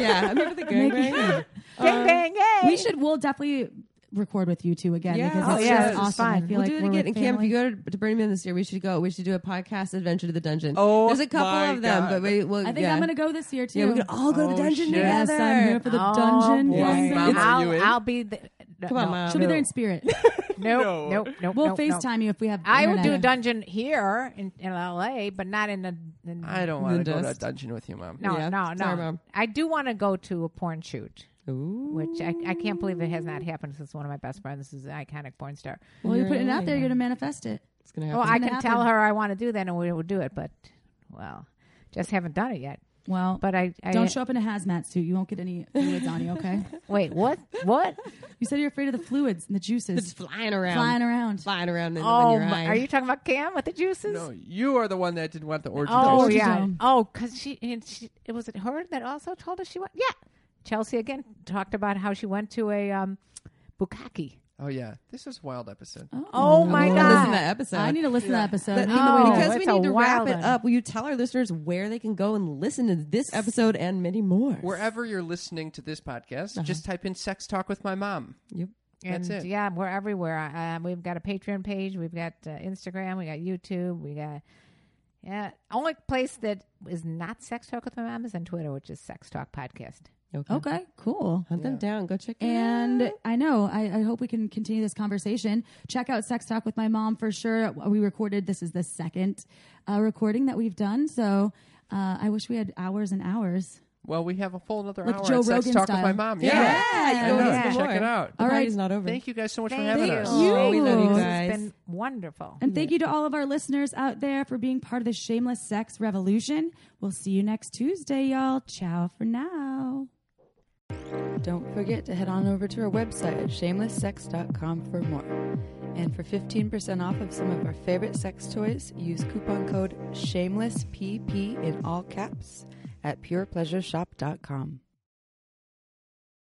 Yeah, I remember the gangbang.
Gang, bang, yay!
we should. We'll definitely record with you two again
Yeah.
because
Oh,
that's
yeah,
just
it's
awesome. I feel
fun.
We'll
like
do it
we're
again.
with
And Cam, if
family.
you go to, to Burning Man this year, we should go. We should do a podcast adventure to the dungeon.
Oh,
there's a couple
my
of them,
God.
but we. Well,
I think
yeah.
I'm gonna go this year too.
Yeah, we could all go to the
Oh,
dungeon
shit.
yes,
together. Oh.
I'm here for the dungeon.
Oh, boy.
Yes.
Mom, are
I'll,
you in?
I'll be the, no,
Come on,
no,
Mom.
She'll be there in spirit.
Nope,
No.
nope, nope.
We'll
nope,
FaceTime you if we have.
I would do a
internet.
dungeon here in, in LA, but not in the. In,
I don't want to go to a
dust.
dungeon with you, mom.
No,
Yeah,
no, no.
sorry, Mom.
I do want to go to a porn shoot, which I, I can't believe it has not happened since one of my best friends is an iconic porn star.
Well, you're putting it out there. You're gonna manifest it.
It's gonna
Oh,
happen.
I
gonna
can tell
happen.
her I want to do that, and we would do it, but well, just haven't done it yet.
Well,
But I, I
Don't show up in a hazmat suit. You won't get any fluids on you, okay?
Wait, what? What?
You said you're afraid of the fluids and the juices
It's flying around.
flying around.
Flying around in,
oh,
in your
my,
eye.
are you talking about Cam with the juices?
No, you are the one that didn't want the orgy.
Oh
Orgy
yeah.
zone.
Oh, because she and she it was it her that also told us she went. Yeah, Chelsea again talked about how she went to a um, bukkake.
Oh yeah, this is a wild episode.
Oh
I
my
wanna listen to
god!
that episode.
I need to listen to that episode.
But-
Oh,
I need to wait.
because we
it's a
need to wrap
wild
it
one.
up, will you tell our listeners where they can go and listen to this episode and many more?
Wherever you're listening to this podcast,
Uh-huh.
just type in "sex talk with my mom."
Yep.
That's
and
it.
yeah, we're everywhere. Uh, we've got a Patreon page. We've got uh, Instagram. We got YouTube. We got yeah. Only place that is not Sex Talk with my mom is on Twitter, which is Sex Talk Podcast.
Okay.
Okay, cool.
Hunt them down. Go check it out.
And I know, I, I hope we can continue this conversation. Check out Sex Talk with my mom for sure. We recorded, this is the second uh, recording that we've done. So uh, I wish we had hours and hours.
Well, we have a full another
Like
hour.
Joe
of sex
Rogan
talk with
style.
my mom.
Yeah.
Yeah,
you
I
go
know.
listen to
Check
more.
it out.
The
All right.
party's not over.
Thank you guys so much
Thank
for having
you.
us.
Oh, we love you
This
guys.
has been wonderful.
And thank you to all of our listeners out there for being part of the shameless sex revolution. We'll see you next Tuesday, y'all. Ciao for now.
Don't forget to head on over to our website at shamelesssex.com for more. And for 15% off of some of our favorite sex toys, use coupon code SHAMELESSPP in all caps at purepleasureshop.com.